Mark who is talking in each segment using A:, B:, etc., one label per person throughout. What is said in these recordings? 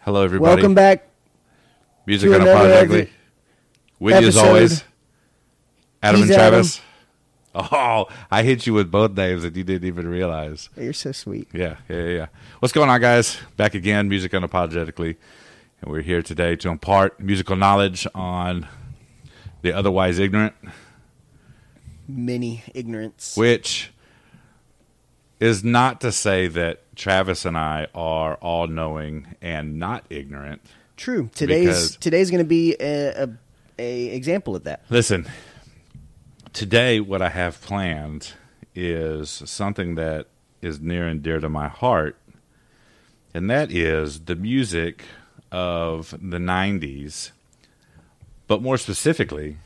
A: Hello, everybody.
B: Welcome back.
A: Music
B: to
A: on a
B: another
A: Pod
B: epi-
A: Ugly. With you as
B: episode.
A: always, Adam
B: He's
A: and Travis. Oh, I hit you with both names and you didn't even realize.
B: You're so sweet.
A: Yeah, yeah, yeah, yeah. What's going on, guys? Back again, Music Unapologetically. And we're here today to impart musical knowledge on the otherwise ignorant,
B: Mini ignorance.
A: which is not to say that Travis and I are all knowing and not ignorant.
B: True. Today's
A: Because-
B: today's going to be a, a a example of that.
A: Listen, today what I have planned is something that is near and dear to my heart, and that is the music of the 90s, but more specifically,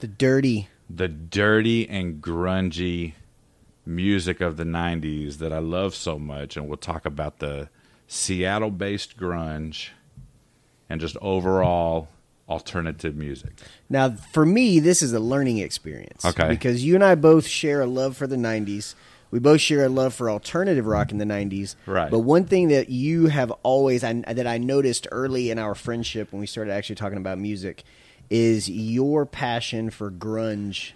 B: The dirty.
A: the dirty and grungy music of the 90s that I love so much. And we'll talk about the Seattle based grunge and just overall alternative music.
B: Now, for me, this is a learning experience.
A: Okay.
B: Because you and I both share a love for the '90s. We both share a love for alternative rock in the '90s.
A: Right.
B: But one thing that you have always I, that I noticed early in our friendship when we started actually talking about music is your passion for grunge.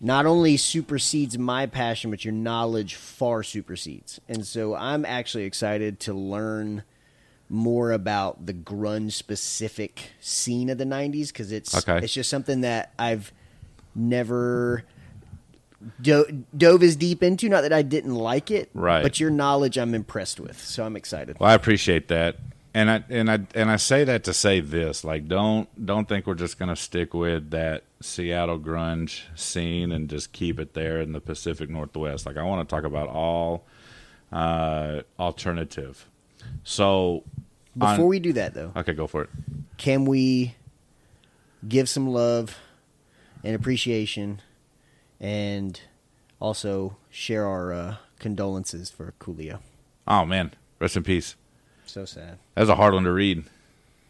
B: Not only supersedes my passion, but your knowledge far supersedes. And so I'm actually excited to learn more about the grunge specific scene of the 90s because it's
A: Okay.
B: it's just something that I've never do- dove as deep into not that I didn't like it
A: Right.
B: but your knowledge I'm impressed with so I'm excited
A: Well, I appreciate that, and I and I and I say that to say this: like, don't don't think we're just gonna stick with that Seattle grunge scene and just keep it there in the Pacific Northwest. Like, I want to talk about all uh, alternative. So, on-
B: before we do that though
A: okay, go for it.
B: can we give some love and appreciation and also share our uh, condolences for Coolio
A: Oh man, rest in peace.
B: so sad
A: That's a hard one to read.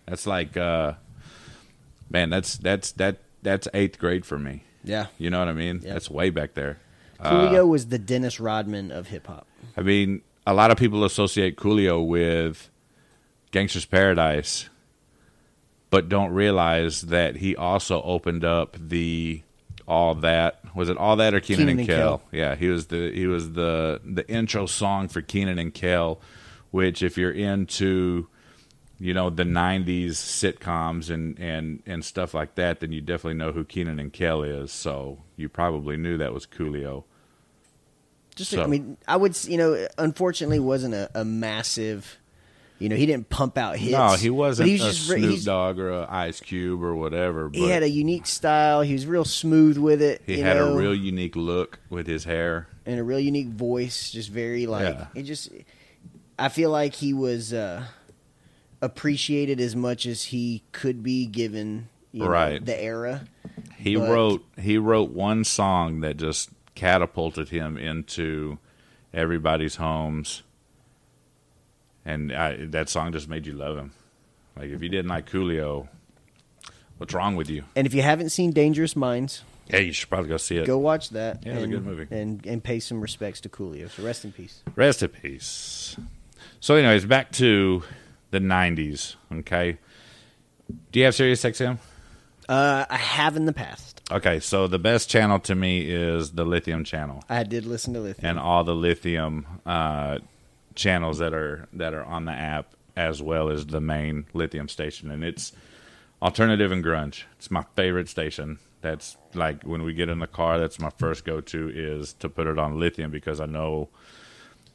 A: That's like, uh, man, that's that's that that's eighth grade for me.
B: yeah
A: You know what I mean?
B: Yeah.
A: That's way back there. Uh,
B: Coolio was the Dennis Rodman of hip hop
A: I mean, a lot of people associate Coolio with Gangster's Paradise, but don't realize that he also opened up the all that was it all that or Keenan, and, Kel? Yeah, he was the he was the the intro song for Keenan and Kel, which if you're into you know the '90s sitcoms and and and stuff like that, then you definitely know who Keenan and Kel is. So you probably knew that was Coolio.
B: just
A: So-
B: I mean, I would s- you know, unfortunately, wasn't a, a massive. You know, he didn't pump out hits.
A: No,
B: but
A: he wasn't
B: was
A: a
B: re-
A: Snoop
B: he's-
A: Dogg or a Ice Cube or whatever. But
B: He had a unique style. He was real smooth with it.
A: he
B: you
A: had
B: know,
A: a real unique look with his hair.
B: and a real unique voice. Just very like
A: Yeah.
B: it. Just I feel like he was uh, appreciated as much as he could be given. You know,
A: Right.
B: the era.
A: He
B: But-
A: wrote he wrote one song that just catapulted him into everybody's homes, and I, that song just made you love him. Like if you didn't like Coolio, what's wrong with you?
B: And if you haven't seen Dangerous Minds,
A: Yeah, you should probably go see it.
B: go watch that.
A: Yeah,
B: and,
A: it's a good movie.
B: And and pay some respects to Coolio. So rest in peace.
A: Rest in peace. So, anyways, back to the '90s. Okay, do you have Sirius XM?
B: Uh, I have in the past.
A: Okay, so the best channel to me is the Lithium channel
B: I did listen to Lithium.
A: and all the Lithium uh, channels that are that are on the app as well as the main Lithium station and it's alternative and grunge. It's my favorite station. That's like when we get in the car that's my first go to is to put it on Lithium because I know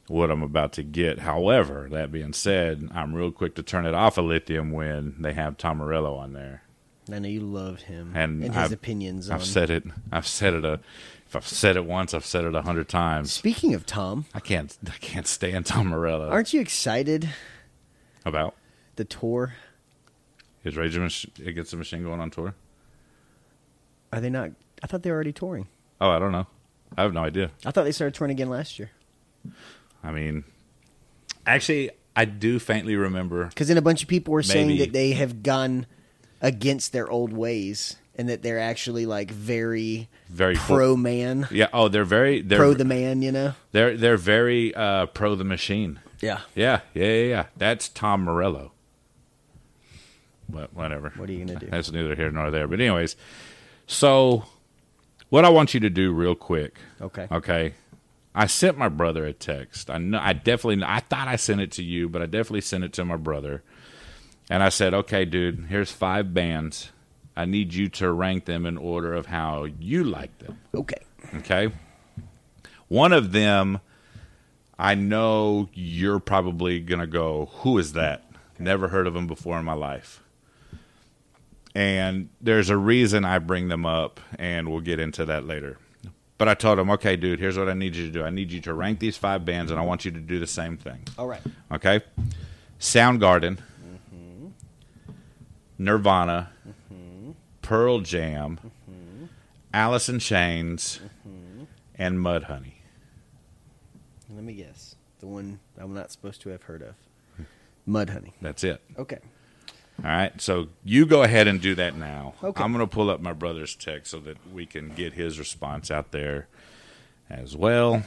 A: what I'm about to get. However, that being said, I'm real quick to turn it off of Lithium when they have Tom Morello on there.
B: I know you love him
A: And
B: and, his
A: I've-
B: opinions. on...
A: I've said it. I've said it a. If I've said it once, I've said it a hundred times.
B: Speaking of Tom,
A: I can't. I can't stand Tom Morello.
B: aren't you excited?
A: about
B: The tour
A: is Rage Against the Machine going on tour?
B: are they not? I thought they were already touring.
A: Oh, I don't know. I have no idea.
B: I thought they started touring again last year.
A: I mean, actually, I do faintly remember.
B: Because then a bunch of people were saying
A: Maybe.
B: that they have gone against their old ways and that they're actually like very,
A: Very cool.
B: pro man,
A: Yeah. Oh, they're very. They're,
B: pro the man. You know?
A: They're they're very uh, pro the machine.
B: Yeah.
A: Yeah, yeah, yeah, yeah. That's Tom Morello. But whatever.
B: What are you gonna do?
A: That's neither here nor there. But anyways, so what I want you to do real quick,
B: Okay.
A: okay? I sent my brother a text. I know I definitely I thought I sent it to you, but I definitely sent it to my brother. And I said, "Okay, dude, here's five bands. I need you to rank them in order of how you like them."
B: Okay.
A: Okay. One of them, I know you're probably going to go, Who is that? Never heard of them before in my life. And there's a reason I bring them up, and we'll get into that later. But I told him, Okay, dude, here's what I need you to do I need you to rank these five bands, and I want you to do the same thing.
B: All right.
A: Okay. Soundgarden, Mm-hmm. Nirvana, Mm-hmm. Pearl Jam, Mm-hmm. Alice in Chains, Mm-hmm. and Mudhoney.
B: Let me guess. The one I'm not supposed to have heard of. Mud honey.
A: That's it.
B: Okay.
A: All right. So you go ahead and do that now.
B: Okay.
A: I'm going to pull up my brother's text so that we can get his response out there as well.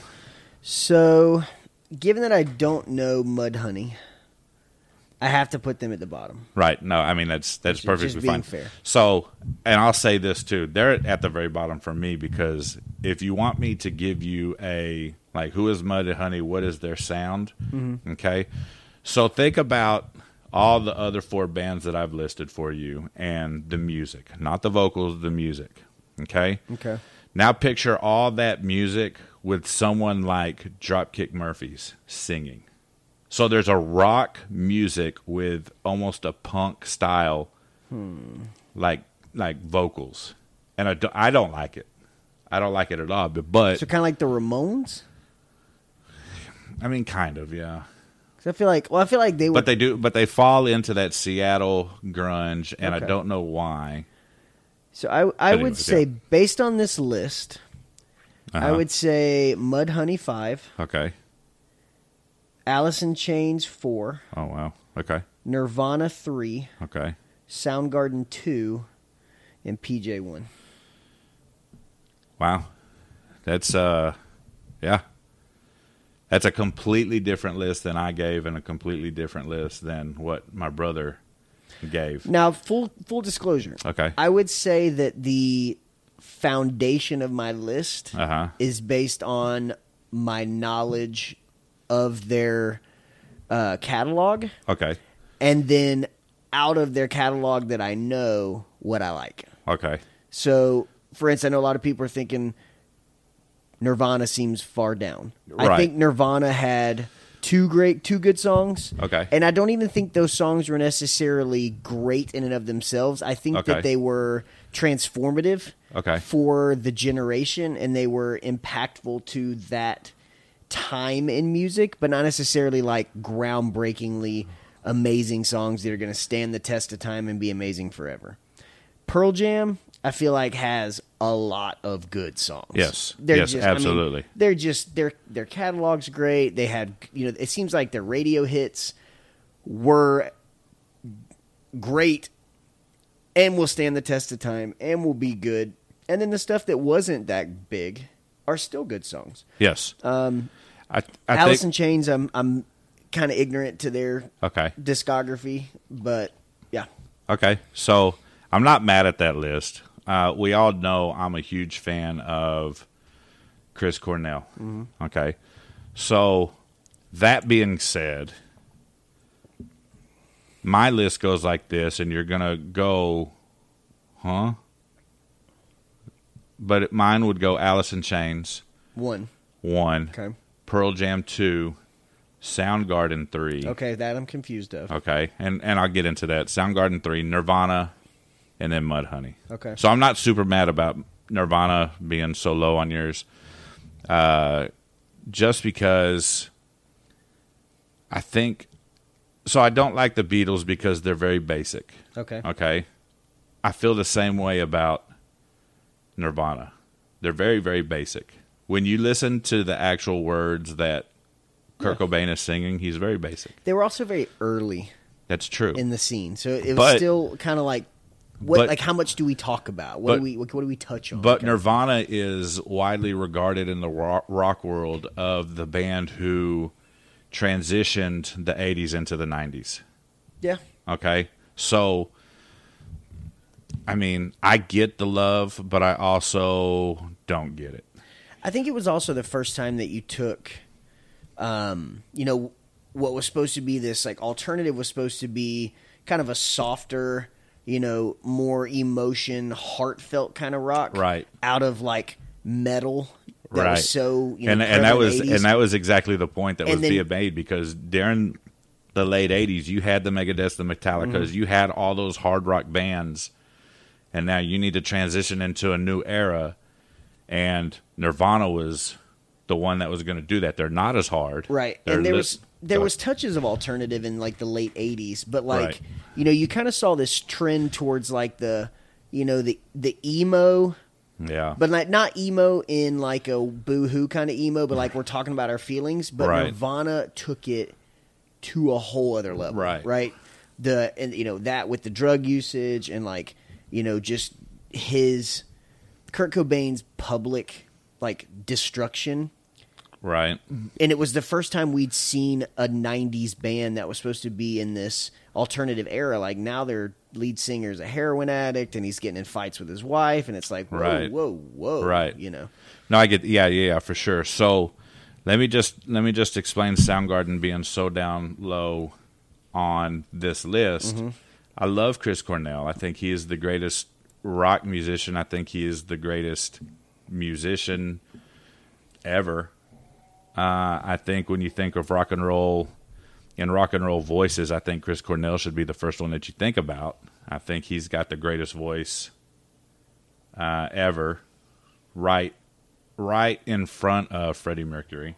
B: So, given that I don't know Mud Honey, I have to put them at the bottom.
A: Right. No, I mean that's that's
B: Just-
A: perfectly
B: just being
A: fine.
B: fair.
A: So, and I'll say this too: they're at the very bottom for me because if you want me to give you a like, who is Mud and Honey? What is their sound?
B: Mm-hmm.
A: Okay. So think about all the other four bands that I've listed for you and the music, not the vocals, the music. Okay.
B: Okay.
A: Now picture all that music with someone like Dropkick Murphys singing. So there's a rock music with almost a punk style,
B: Hmm.
A: like like vocals, and I, do, I don't like it. I don't like it at all. But, but
B: So kind of like the Ramones,
A: I mean, kind of, yeah.
B: because I feel like well, I feel like they were
A: But they do, but they fall into that Seattle grunge, and I
B: Okay.
A: don't know why.
B: So I I
A: But
B: would
A: anyways,
B: say
A: yeah.
B: based on this list, I
A: Uh-huh.
B: would say Mud Honey five,
A: Okay.
B: Alice in Chains four,
A: Oh wow. Okay.
B: Nirvana three,
A: Okay.
B: Soundgarden two, and PJ one.
A: Wow. That's uh yeah. That's a completely different list than I gave and a completely different list than what my brother gave.
B: Now full full disclosure,
A: Okay.
B: I would say that the foundation of my list
A: Uh-huh.
B: is based on my knowledge of their uh, catalog,
A: Okay.
B: and then out of their catalog that I know what I like.
A: Okay.
B: So, for instance, I know a lot of people are thinking Nirvana seems far down. I
A: Right.
B: think Nirvana had two great, two good songs.
A: Okay.
B: And I don't even think those songs were necessarily great in and of themselves. I think
A: Okay.
B: that they were transformative
A: Okay.
B: for the generation and they were impactful to that time in music, but not necessarily like groundbreakingly amazing songs that are going to stand the test of time and be amazing forever. Pearl Jam, I feel like has a lot of good songs.
A: Yes. Yes,
B: I mean,
A: absolutely.
B: they're just their their catalog's great. They had you know it seems like their radio hits were great and will stand the test of time and will be good. And then the stuff that wasn't that big are still good songs.
A: Yes. Um I I
B: Alice in
A: think
B: Chains, I'm I'm kind of ignorant to their
A: Okay.
B: discography, but yeah,
A: Okay. So I'm not mad at that list. Uh, we all know I'm a huge fan of Chris Cornell.
B: Mm-hmm.
A: Okay. So that being said, my list goes like this, and you're going to go, huh? But it, mine would go Alice in Chains,
B: one
A: one,
B: okay
A: Pearl Jam, two, Soundgarden, three.
B: okay that I'm confused of.
A: Okay, and and I'll get into that. Soundgarden three, Nirvana, and then Mudhoney.
B: Okay.
A: So I'm not super mad about Nirvana being so low on yours, uh, just because I think. So I don't like the Beatles because they're very basic.
B: Okay,
A: Okay. I feel the same way about Nirvana. They're very, very basic. When you listen to the actual words that Kurt Cobain is singing, he's very basic.
B: they were also very early
A: That's true.
B: in the scene, so it was
A: But-
B: still kind of like what
A: but-
B: like how much do we talk about? What
A: but-
B: do we what, what do we touch on?
A: But
B: Okay.
A: Nirvana is widely regarded in the ro- rock world of the band who transitioned the 80s into the 90s.
B: yeah,
A: Okay. So I mean, I get the love, but I also don't get it.
B: I think it was also the first time that you took, um, you know, what was supposed to be this like alternative was supposed to be kind of a softer, you know, more emotion, heartfelt kind of rock,
A: Right.
B: Out of like metal, that
A: right.
B: Was so you know,
A: and and that was
B: prevalent 80s.
A: and that was exactly the point that
B: And
A: was
B: then-
A: being made because during the late '80s, you had the Megadeth, the Metallicas,
B: Mm-hmm.
A: you had all those hard rock bands, and now you need to transition into a new era. And Nirvana was the one that was going to do that. They're not as hard,
B: right
A: They're uh,
B: and there
A: lit-
B: was there
A: Go
B: was
A: ahead.
B: touches of alternative in like the late 80s but like
A: Right.
B: you know you kind of saw this trend towards like the you know the the emo
A: yeah,
B: but like not emo in like a boo-hoo kind of emo but like we're talking about our feelings but
A: Right.
B: nirvana took it to a whole other level
A: Right.
B: right the and you know that with the drug usage and like you know just his kurt cobain's public like destruction
A: right,
B: and it was the first time we'd seen a 90s band that was supposed to be in this alternative era like now their lead singer's a heroin addict and he's getting in fights with his wife and it's like whoa
A: Right.
B: whoa whoa
A: Right.
B: you know
A: No, I get yeah, yeah, yeah, for sure. So let me just let me just explain Soundgarden being so down low on this list. I love Chris Cornell. I think he is the greatest rock musician. I think he is the greatest musician ever. Uh, I think when you think of rock and roll and rock and roll voices, I think Chris Cornell should be the first one that you think about. I think he's got the greatest voice uh, ever, right, right in front of Freddie Mercury.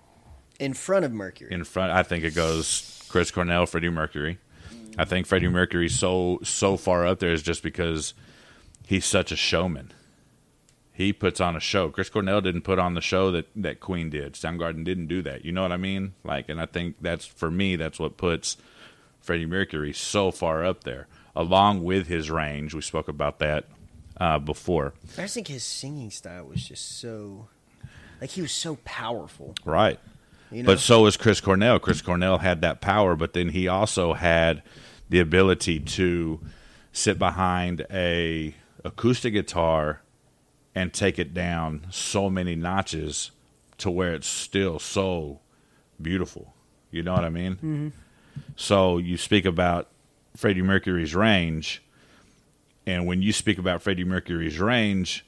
B: in front of mercury
A: In front, I think it goes Chris Cornell, Freddie Mercury. I think Freddie Mercury so so far up there is just because he's such a showman. He puts on a show. Chris Cornell didn't put on the show that that Queen did. Soundgarden didn't do that. You know what I mean? Like, and I think that's for me. That's what puts Freddie Mercury so far up there, along with his range. We spoke about that uh, before.
B: i just think his singing style was just so like he was so powerful
A: Right.
B: you know
A: But so is Chris Cornell. Chris Cornell had that power, but then he also had the ability to sit behind a acoustic guitar and take it down so many notches to where it's still so beautiful. You know what I mean? Mm-hmm. So you speak about Freddie Mercury's range, and when you speak about Freddie Mercury's range,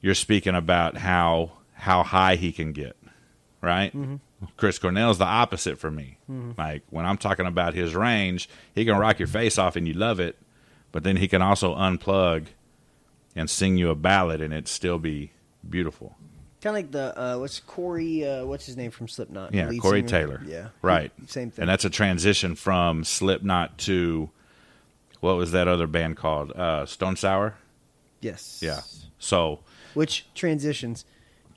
A: you're speaking about how how high he can get, right?
B: Mm-hmm.
A: Chris Cornell's the opposite for me. Like when I'm talking about his range, he can rock your face off and you love it, but then he can also unplug and sing you a ballad and it still be beautiful.
B: kind of like the uh what's corey uh what's his name from slipknot
A: Yeah,
B: lead
A: Corey
B: singer?
A: Taylor.
B: yeah
A: right.
B: same thing
A: And that's a transition from Slipknot to what was that other band called? Uh, Stone Sour.
B: yes
A: Yeah. So
B: which transitions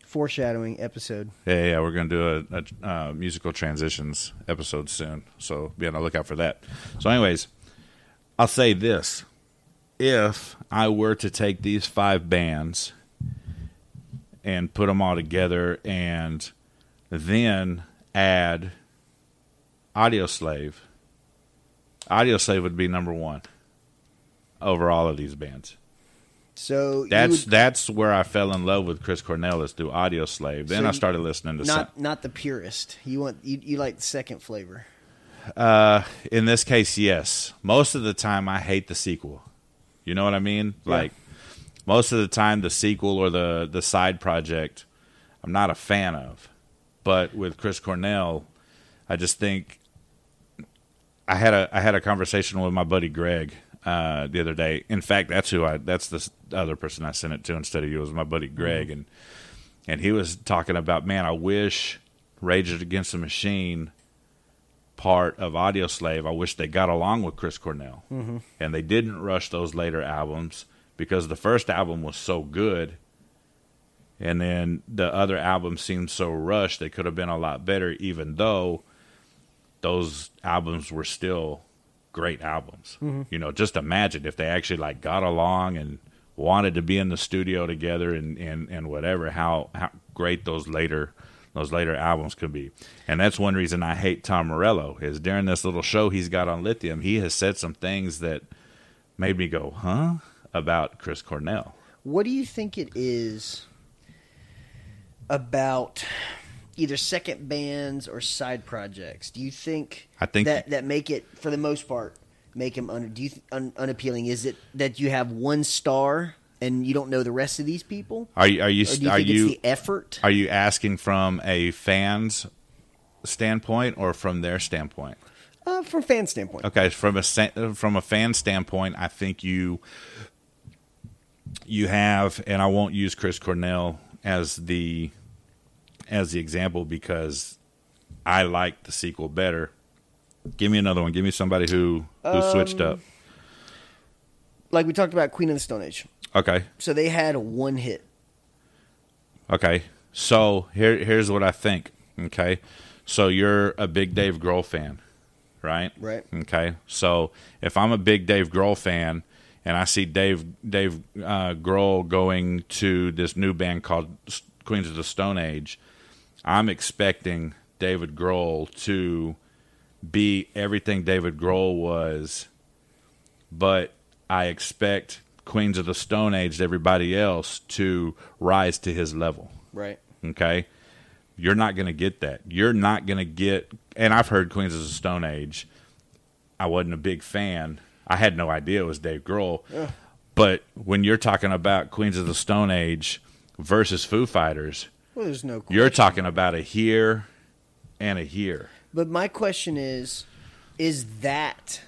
B: foreshadowing episode
A: yeah, yeah, we're gonna do a, a uh, musical transitions episode soon. So be on the lookout for that. So, anyways, I'll say this: if I were to take these five bands and put them all together, and then add Audio Slave, Audio Slave would be number one over all of these bands.
B: so you
A: That's
B: would-
A: that's where I fell in love with Chris Cornell is through Audio Slave. Then
B: So
A: I
B: you-
A: started listening to
B: not not the purest. You want you, you like the second flavor.
A: some- in this case, yes. Most of the time, I hate the sequel. You know what I mean? Like most of the time, the sequel or the the side project, I'm not a fan of. But with Chris Cornell, I just think I had a I had a conversation with my buddy Greg uh, the other day. In fact, that's who I that's the s- other person I sent it to instead of you was my buddy Greg, and and he was talking about man, I wish Rage Against the Machine part of Audio Slave. I wish they got along with Chris Cornell, mm-hmm. and they didn't rush those later albums because the first album was so good. And then the other album seemed so rushed; they could have been a lot better, even though those albums were still great albums.
B: Mm-hmm.
A: You know, just imagine if they actually like got along and wanted to be in the studio together and and and whatever how how great those later those later albums could be. And that's one reason I hate Tom Morello is during this little show he's got on Lithium, he has said some things that made me go, "Huh? about Chris Cornell.
B: What do you think it is about either second bands or side projects? Do you think
A: I think-
B: that that make it for the most part make them un, do you th- un, unappealing? Is it that you have one star and you don't know the rest of these people?
A: Are you are you
B: Or do you
A: are
B: think
A: you
B: it's the effort?
A: are you asking from a fan's standpoint or from their standpoint?
B: Uh, from fan standpoint,
A: Okay, from a sa- from a fan standpoint, I think you you have, and I won't use Chris Cornell as the as the example because I like the sequel better. Give me another one. Give me somebody who who switched up.
B: like we talked about Queen of the Stone Age,
A: Okay,
B: so they had one hit.
A: Okay. So here here's what I think. Okay. So you're a big Dave Grohl fan, right?
B: Right.
A: Okay. So if I'm a big Dave Grohl fan and I see Dave Dave uh, Grohl going to this new band called S- Queens of the Stone Age, I'm expecting David Grohl to be everything David Grohl was, but I expect Queens of the Stone Age, everybody else, to rise to his level.
B: Right.
A: Okay. You're not going to get that. You're not going to get, and I've heard Queens of the Stone Age. I wasn't a big fan. I had no idea it was Dave Grohl. But when you're talking about Queens of the Stone Age versus Foo Fighters,
B: Well, there's no. Question.
A: you're talking about a here and a here.
B: But my question is, is that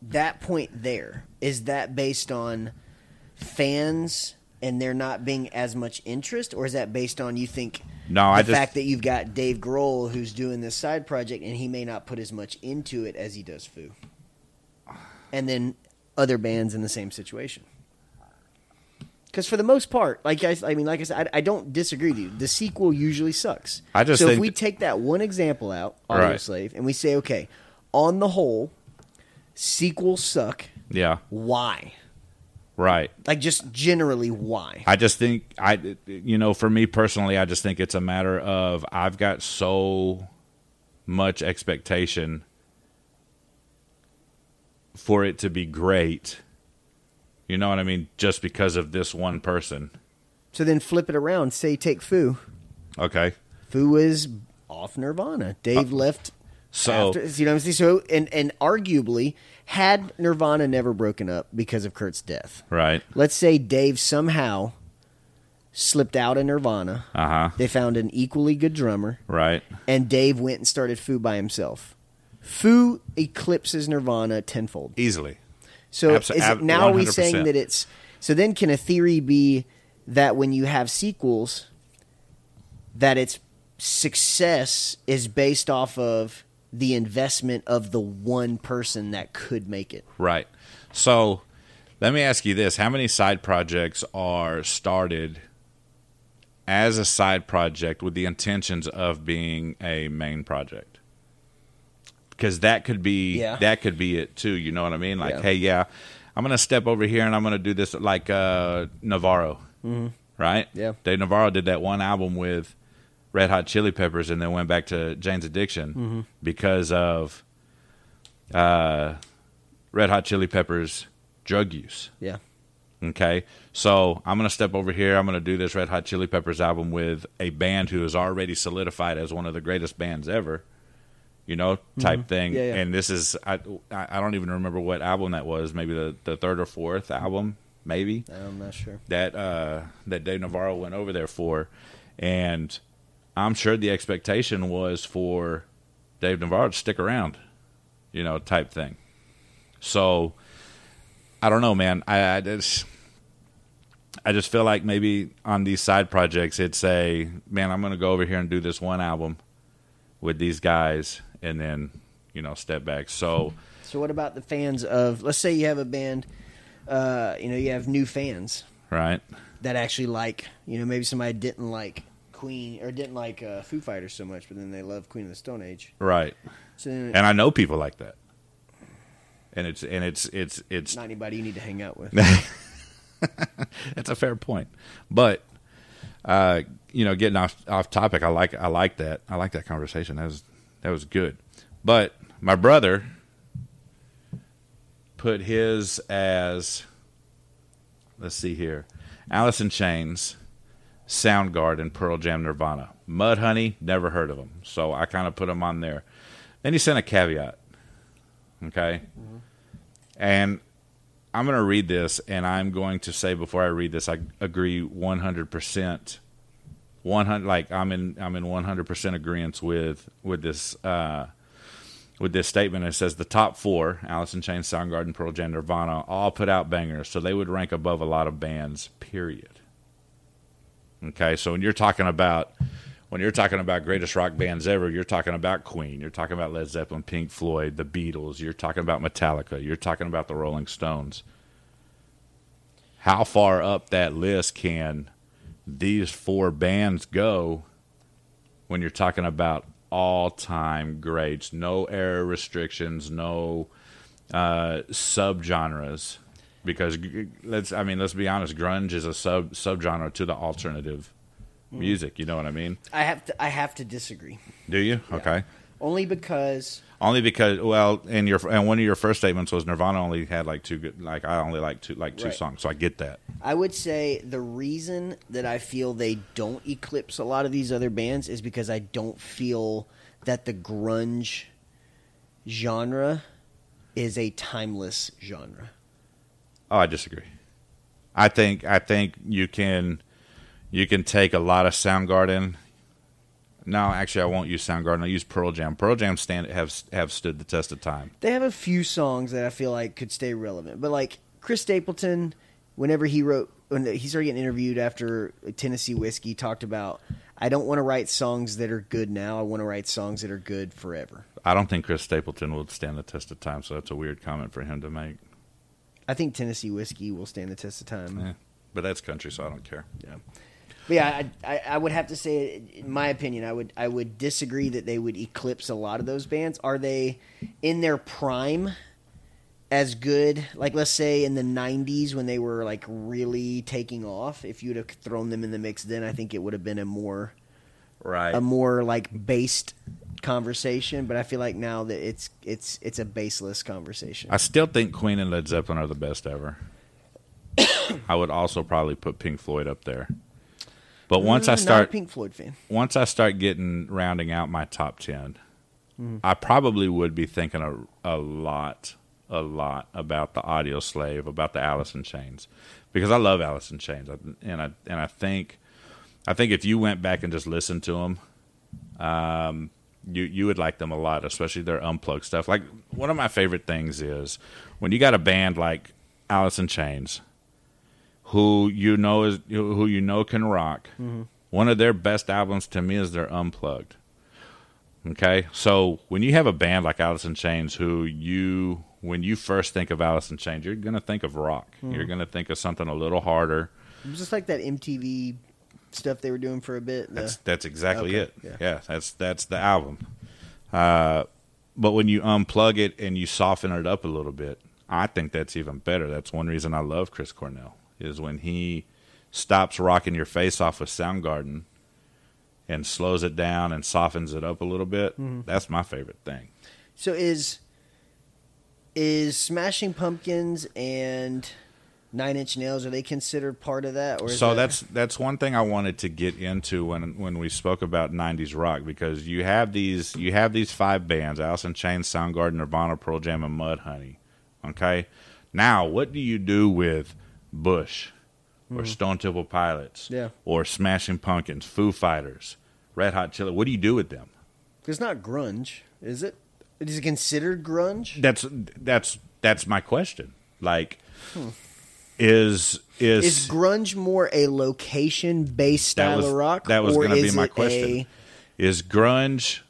B: that point there? Is that based on fans and there not being as much interest, or is that based on you think
A: No,
B: the
A: I just-
B: fact that you've got Dave Grohl who's doing this side project and he may not put as much into it as he does Foo, and then other bands in the same situation. Because for the most part, like I, I mean, like I said, I, I don't disagree with you. The sequel usually sucks.
A: I just
B: so if
A: think-
B: we take that one example out,
A: Right.
B: Audio Slave, and we say, okay, on the whole, sequels suck.
A: Yeah.
B: Why?
A: Right.
B: Like just generally, why?
A: I just think I, you know, for me personally, I just think it's a matter of I've got so much expectation for it to be great. You know what I mean? Just because of this one person.
B: So then flip it around. Say take Foo.
A: Okay.
B: Foo is off Nirvana. Dave left.
A: Uh, So
B: after, you know what I'm saying? So and and arguably, had Nirvana never broken up because of Kurt's death,
A: right.
B: let's say Dave somehow slipped out of Nirvana.
A: Uh huh.
B: They found an equally good drummer,
A: Right.
B: and Dave went and started Foo by himself. Foo eclipses Nirvana tenfold.
A: Easily.
B: So
A: Abso-
B: is,
A: ab-
B: now are we
A: 100%.
B: saying that it's so? Then can a theory be that when you have sequels, that its success is based off of the investment of the one person that could make it?
A: Right. So let me ask you this how many side projects are started as a side project with the intentions of being a main project? Because that could be
B: Yeah.
A: that could be it too. You know what I mean? Like,
B: Yeah.
A: hey, yeah, I'm gonna step over here and I'm gonna do this like uh, Navarro, right?
B: Yeah.
A: Dave Navarro did that one album with Red Hot Chili Peppers and then went back to Jane's Addiction
B: Mm-hmm.
A: because of uh, Red Hot Chili Peppers drug use.
B: Yeah,
A: Okay. So I'm going to step over here. I'm going to do this Red Hot Chili Peppers album with a band who is already solidified as one of the greatest bands ever, you know, type thing.
B: Mm-hmm. Yeah, yeah.
A: And this is, I, I I don't even remember what album that was. Maybe the, the third or fourth album, maybe
B: I'm not sure.
A: that uh, that Dave Navarro went over there for, and I'm sure the expectation was for Dave Navarro to stick around, you know, type thing. So I don't know, man. I, I just I just feel like maybe on these side projects, it's a man. I'm going to go over here and do this one album with these guys, and then you know step back. So
B: So what about the fans of? Let's say you have a band, uh, you know, you have new fans.
A: right,
B: that actually like you know maybe somebody didn't like Queen or didn't like uh, Foo Fighters so much, but then they love Queen of the Stone Age.
A: right,
B: So then
A: and I know people like that. And it's and it's it's it's
B: not anybody you need to hang out with.
A: That's a fair point. But uh, you know, getting off off topic, I like I like that. I like that conversation. That was that was good. But my brother put his as Let's see here. Alice in Chains, Soundgarden, Pearl Jam, Nirvana. Mudhoney, never heard of them. So I kind of put them on there. Then he sent a caveat. Okay? And I'm going to read this, and I'm going to say before I read this, I agree 100%. 100 like I'm in I'm in 100% agreement with with this uh with this statement. It says the top four, Alice in Chains, Soundgarden, Pearl Jam, Nirvana, all put out bangers, so they would rank above a lot of bands. Period. Okay, so when you're talking about when you're talking about greatest rock bands ever, you're talking about Queen, you're talking about Led Zeppelin, Pink Floyd, the Beatles, you're talking about Metallica, you're talking about the Rolling Stones. How far up that list can these four bands go when you're talking about all time greats, no error restrictions, no uh, subgenres. Because g- let's, I mean, let's be honest, grunge is a sub subgenre to the alternative music. You know what I mean?
B: I have to I have to disagree.
A: Do you? Okay.
B: Only because
A: Only because, well, and your and one of your first statements was Nirvana only had like two good, like I only like two like two
B: Right.
A: songs, so I get that.
B: I would say the reason that I feel they don't eclipse a lot of these other bands is because I don't feel that the grunge genre is a timeless genre.
A: Oh, I disagree. I think I think you can you can take a lot of Soundgarden. No, actually, I won't use Soundgarden. I'll use Pearl Jam. Pearl Jam stand have have stood the test of time.
B: They have a few songs that I feel like could stay relevant, but like Chris Stapleton, whenever he wrote, when he started getting interviewed after Tennessee Whiskey, talked about, I don't want to write songs that are good now. I want to write songs that are good forever.
A: I don't think Chris Stapleton will stand the test of time, so that's a weird comment for him to make.
B: I think Tennessee Whiskey will stand the test of time.
A: Eh, but that's country, so I don't care.
B: Yeah. But yeah, I, I, I would have to say, in my opinion, I would I would disagree that they would eclipse a lot of those bands. Are they in their prime as good? Like, let's say in the '90s when they were like really taking off. If you'd have thrown them in the mix then, I think it would have been a more
A: Right.
B: a more like based conversation. But I feel like now that it's it's it's a baseless conversation.
A: I still think Queen and Led Zeppelin are the best ever. I would also probably put Pink Floyd up there. But once
B: Uh,
A: I
B: not a
A: start
B: Pink Floyd fan,
A: once I start getting rounding out my top 10, I probably would be thinking a, a lot, a lot about the Audio Slave, about the Alice in Chains, because I love Alice in Chains, I- and I and I think, I think if you went back and just listened to them, um, you you would like them a lot, especially their unplugged stuff. Like one of my favorite things is when you got a band like Alice in Chains, who you know is who you know can rock. One of their best albums to me is their Unplugged. Okay, so when you have a band like Alice in Chains, who you when you first think of Alice in Chains, you're gonna think of rock. You're gonna think of something a little harder.
B: it was just like that MTV stuff they were doing for a bit. the-
A: That's that's exactly
B: Okay,
A: it.
B: yeah.
A: Yeah. that's that's the album. Uh, but when you unplug it and you soften it up a little bit, I think that's even better. That's one reason I love Chris Cornell is when he stops rocking your face off with Soundgarden and slows it down and softens it up a little bit. That's my favorite thing.
B: So is is Smashing Pumpkins and Nine Inch Nails are they considered part of that? Or is
A: so
B: that-
A: that's that's one thing I wanted to get into when when we spoke about '90s rock because you have these you have these five bands: Alice in Chains, Soundgarden, Nirvana, Pearl Jam, and Mudhoney. Okay, now what do you do with Bush or Stone Temple Pilots?
B: Mm-hmm. Yeah.
A: or Smashing Pumpkins, Foo Fighters, Red Hot Chili. What do you do with them?
B: it's not grunge, is it? Is it considered grunge?
A: That's that's that's my question. Like, is is
B: Hmm. Is grunge more a location based style
A: was-
B: of rock?
A: that was
B: or
A: gonna be
B: is
A: my
B: it
A: question.
B: a-
A: is grunge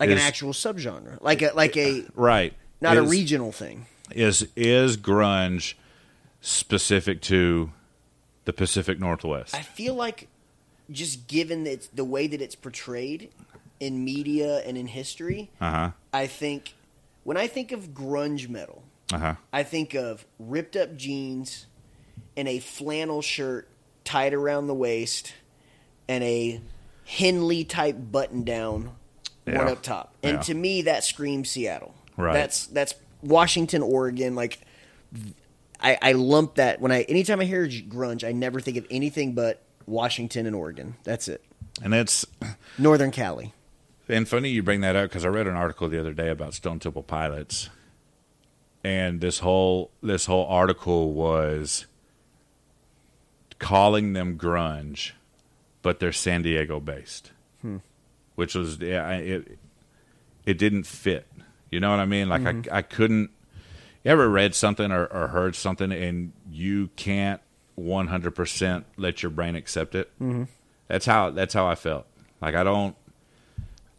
B: like
A: is-
B: an actual subgenre, like a like a
A: right?
B: not a
A: Is-
B: regional thing.
A: is is grunge specific to the Pacific Northwest?
B: I feel like just given that it's the way that it's portrayed in media and in history,
A: Uh huh.
B: I think when I think of grunge metal,
A: Uh huh.
B: I think of ripped up jeans and a flannel shirt tied around the waist and a Henley type button down one
A: Yeah.
B: up top. And
A: Yeah.
B: to me that screams Seattle.
A: Right.
B: That's that's Washington, Oregon like I, I lump that when I anytime I hear grunge, I never think of anything but Washington and Oregon. That's it.
A: And it's
B: Northern Cali.
A: And funny you bring that up because I read an article the other day about Stone Temple Pilots, and this whole this whole article was calling them grunge, but they're San Diego based, which was yeah, I- it it didn't fit. You know what I mean? Like I I couldn't. You ever read something or, or heard something and you can't one hundred percent let your brain accept it? Mm-hmm. That's how that's how I felt. Like I don't.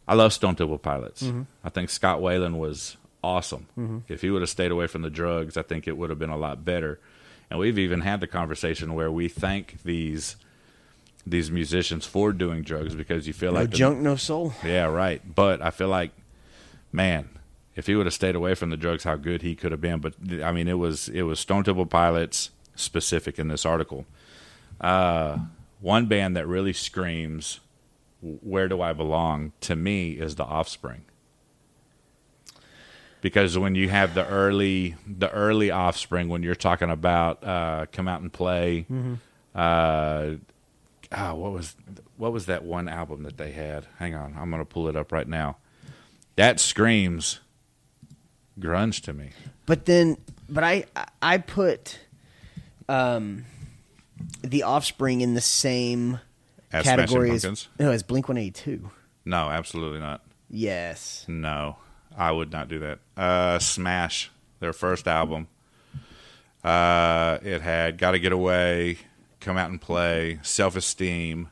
A: I love Stone Temple Pilots. I think Scott Whalen was awesome. If he would have stayed away from the drugs, I think it would have been a lot better. And we've even had the conversation where we thank these these musicians for doing drugs because you feel
B: No
A: like the-
B: junk, no soul.
A: yeah, right. But I feel like, man, if he would have stayed away from the drugs, how good he could have been. But I mean, it was it was Stone Temple Pilots specific in this article. Uh, one band that really screams, "Where do I belong?" to me is the Offspring. Because when you have the early the early Offspring, when you're talking about uh, "Come Out and Play," uh, oh, what was what was that one album that they had? Hang on, I'm gonna pull it up right now. That screams grunge to me.
B: But then, but I I put um, the Offspring in the same
A: As Smashing
B: category as
A: Pumpkins?
B: no, as Blink One Eighty Two.
A: No, absolutely not.
B: Yes,
A: No, I would not do that. Uh, Smash, their first album. Uh, it had "Gotta Get Away," "Come Out and Play," "Self Esteem."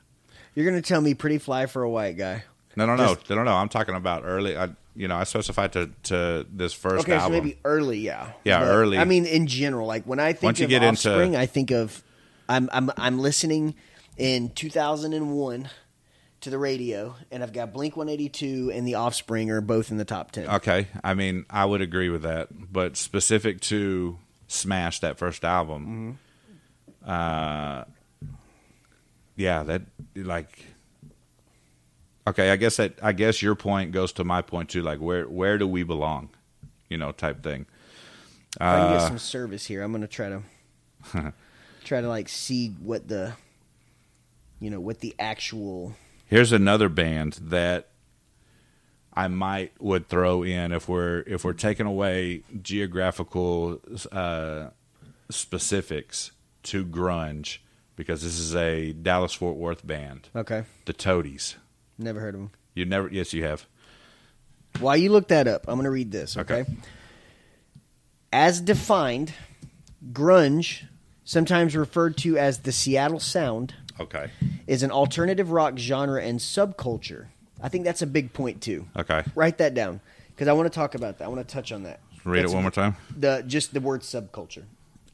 B: you're gonna tell me "Pretty Fly for a White Guy."
A: No, no, no,
B: Just-
A: no, no, no. I'm talking about early. I, you know, I specified to to this first
B: Okay,
A: album.
B: so maybe early, yeah,
A: Yeah, early.
B: I mean, in general, like when I think
A: Once you
B: of
A: get into-
B: Offspring, I think of I'm I'm I'm listening in 2001 to the radio, and I've got Blink 182 and the Offspring are both in the top ten.
A: Okay, I mean, I would agree with that, but specific to Smash, that first album, uh, yeah, that like, okay, I guess that I guess your point goes to my point too. Like, where where do we belong, you know, type thing.
B: If I
A: Uh,
B: can get some service here. I'm gonna try to try to like see what the you know what the actual
A: Here's another band that I might would throw in if we're if we're taking away geographical uh, specifics to grunge because this is a Dallas Fort Worth band,
B: okay.
A: the Toadies.
B: Never heard of them.
A: You never, yes, you have.
B: While you look that up, I'm going to read this, okay?
A: Okay.
B: As defined, grunge, sometimes referred to as the Seattle sound,
A: Okay,
B: is an alternative rock genre and subculture. I think that's a big point too.
A: okay.
B: Write that down because I want to talk about that. I want to touch on that.
A: Read
B: That's
A: it one more time.
B: the just the word subculture.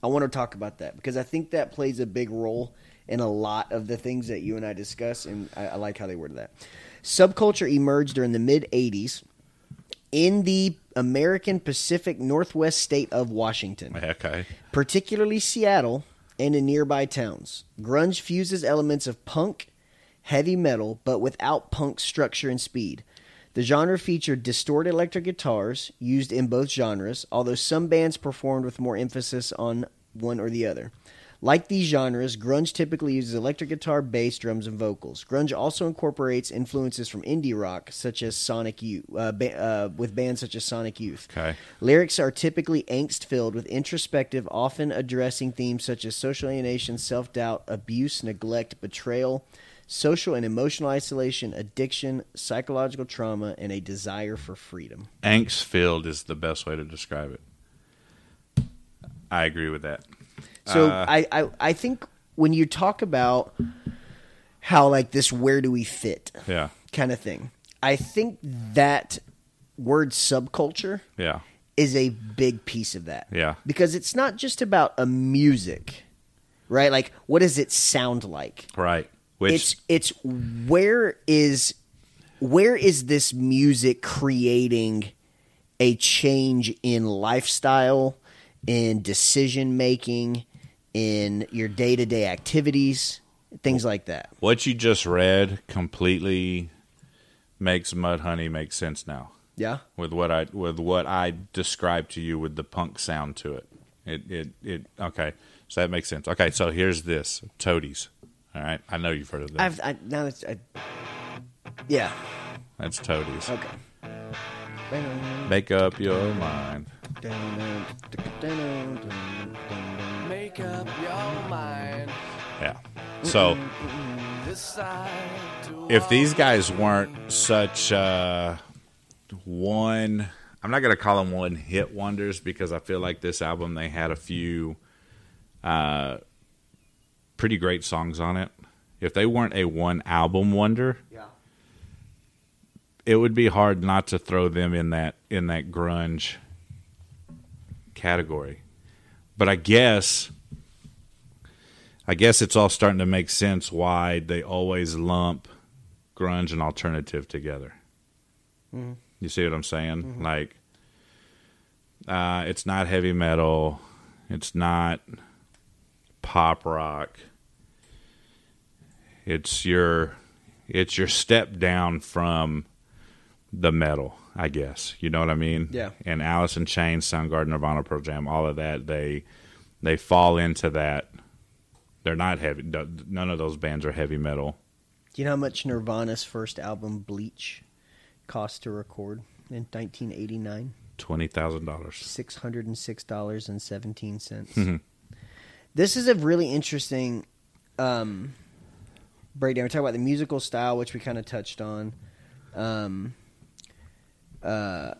B: I want to talk about that because I think that plays a big role in a lot of the things that you and I discuss, and I, I like how they worded that. Subculture emerged during the mid '80s in the American Pacific Northwest state of Washington
A: Okay,
B: particularly Seattle and in nearby towns. Grunge fuses elements of punk, heavy metal, but without punk structure and speed. The genre featured distorted electric guitars used in both genres, although some bands performed with more emphasis on one or the other. Like these genres, grunge typically uses electric guitar, bass, drums, and vocals. Grunge also incorporates influences from indie rock, such as Sonic Youth, uh, ba- uh, with bands such as Sonic Youth.
A: Okay.
B: Lyrics are typically angst filled with introspective, often addressing themes such as social alienation, self doubt, abuse, neglect, betrayal, social and emotional isolation, addiction, psychological trauma, and a desire for freedom.
A: angst filled is the best way to describe it. I agree with that.
B: So I, I, I think when you talk about how, like, this where do we fit
A: Yeah,
B: kind of thing, I think that word subculture
A: yeah,
B: is a big piece of that.
A: Yeah.
B: Because it's not just about a music, right? Like what does it sound like?
A: right. Which
B: it's it's where is where is this music creating a change in lifestyle, in decision making, in your day-to-day activities, things like that.
A: what you just read completely makes mud honey make sense now
B: Yeah.
A: with what i with what i described to you with the punk sound to it It it it okay. So that makes sense. Okay, so here's this toadies. All right, I know you've heard of this.
B: I've I, now it's I, yeah
A: That's toadies.
B: okay.
A: Make up your mind.
C: Make up your mind.
A: Yeah. So
C: Decide to
A: if these guys weren't such uh, one, I'm not gonna call them one hit wonders because I feel like this album they had a few uh, pretty great songs on it. If they weren't a one album wonder,
B: Yeah.
A: it would be hard not to throw them in that in that grunge category. But I guess I guess it's all starting to make sense why they always lump grunge and alternative together. You see what I'm saying? Like uh, it's not heavy metal, it's not pop rock. It's your it's your step down from the metal, I guess. You know what I mean?
B: Yeah.
A: And Alice in Chains, Soundgarden, Nirvana, Pearl Jam, all of that they they fall into that. They're not heavy. None of those bands are heavy metal.
B: Do you know how much Nirvana's first album Bleach cost to record in 1989?
A: Twenty thousand dollars.
B: six hundred and six dollars and seventeen cents. This is a really interesting um, breakdown. We talk about the musical style, which we kind of touched on, um, uh,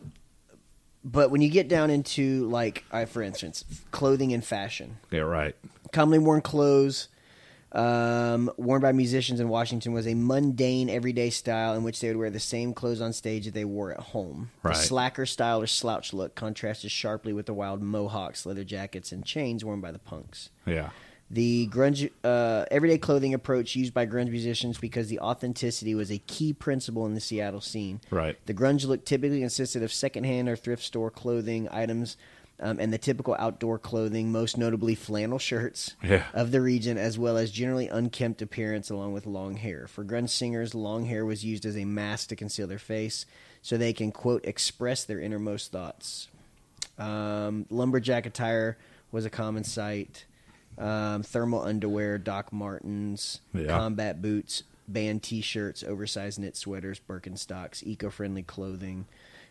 B: but when you get down into like, I, for instance, clothing and fashion,
A: Yeah, right.
B: commonly worn clothes um, worn by musicians in Washington was a mundane, everyday style in which they would wear the same clothes on stage that they wore at home.
A: Right.
B: The slacker style or slouch look contrasted sharply with the wild mohawks, leather jackets, and chains worn by the punks.
A: Yeah,
B: The grunge uh, everyday clothing approach used by grunge musicians because the authenticity was a key principle in the Seattle scene.
A: right.
B: The grunge look typically consisted of secondhand or thrift store clothing items um, and the typical outdoor clothing, most notably flannel shirts
A: Yeah.
B: of the region, as well as generally unkempt appearance along with long hair. For grunge singers, long hair was used as a mask to conceal their face so they can, quote, express their innermost thoughts. Um, lumberjack attire was a common sight. Um, thermal underwear, Doc Martens,
A: Yeah.
B: combat boots, band T-shirts, oversized knit sweaters, Birkenstocks, eco-friendly clothing.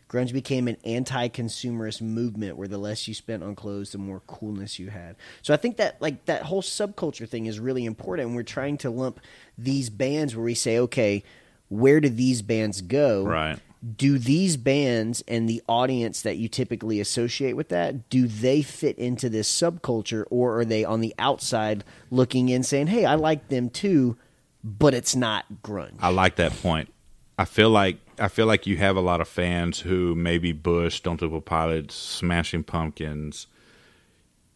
B: Grunge became an anti-consumerist movement where the less you spent on clothes, the more coolness you had. So I think that like that whole subculture thing is really important. And we're trying to lump these bands where we say, okay, where do these bands go?
A: Right.
B: do these bands and the audience that you typically associate with that do they fit into this subculture or are they on the outside looking in saying hey i like them too but it's not grunge
A: I like that point. I feel like I feel like you have a lot of fans who maybe Bush, Don't Temple Pilots, Smashing Pumpkins.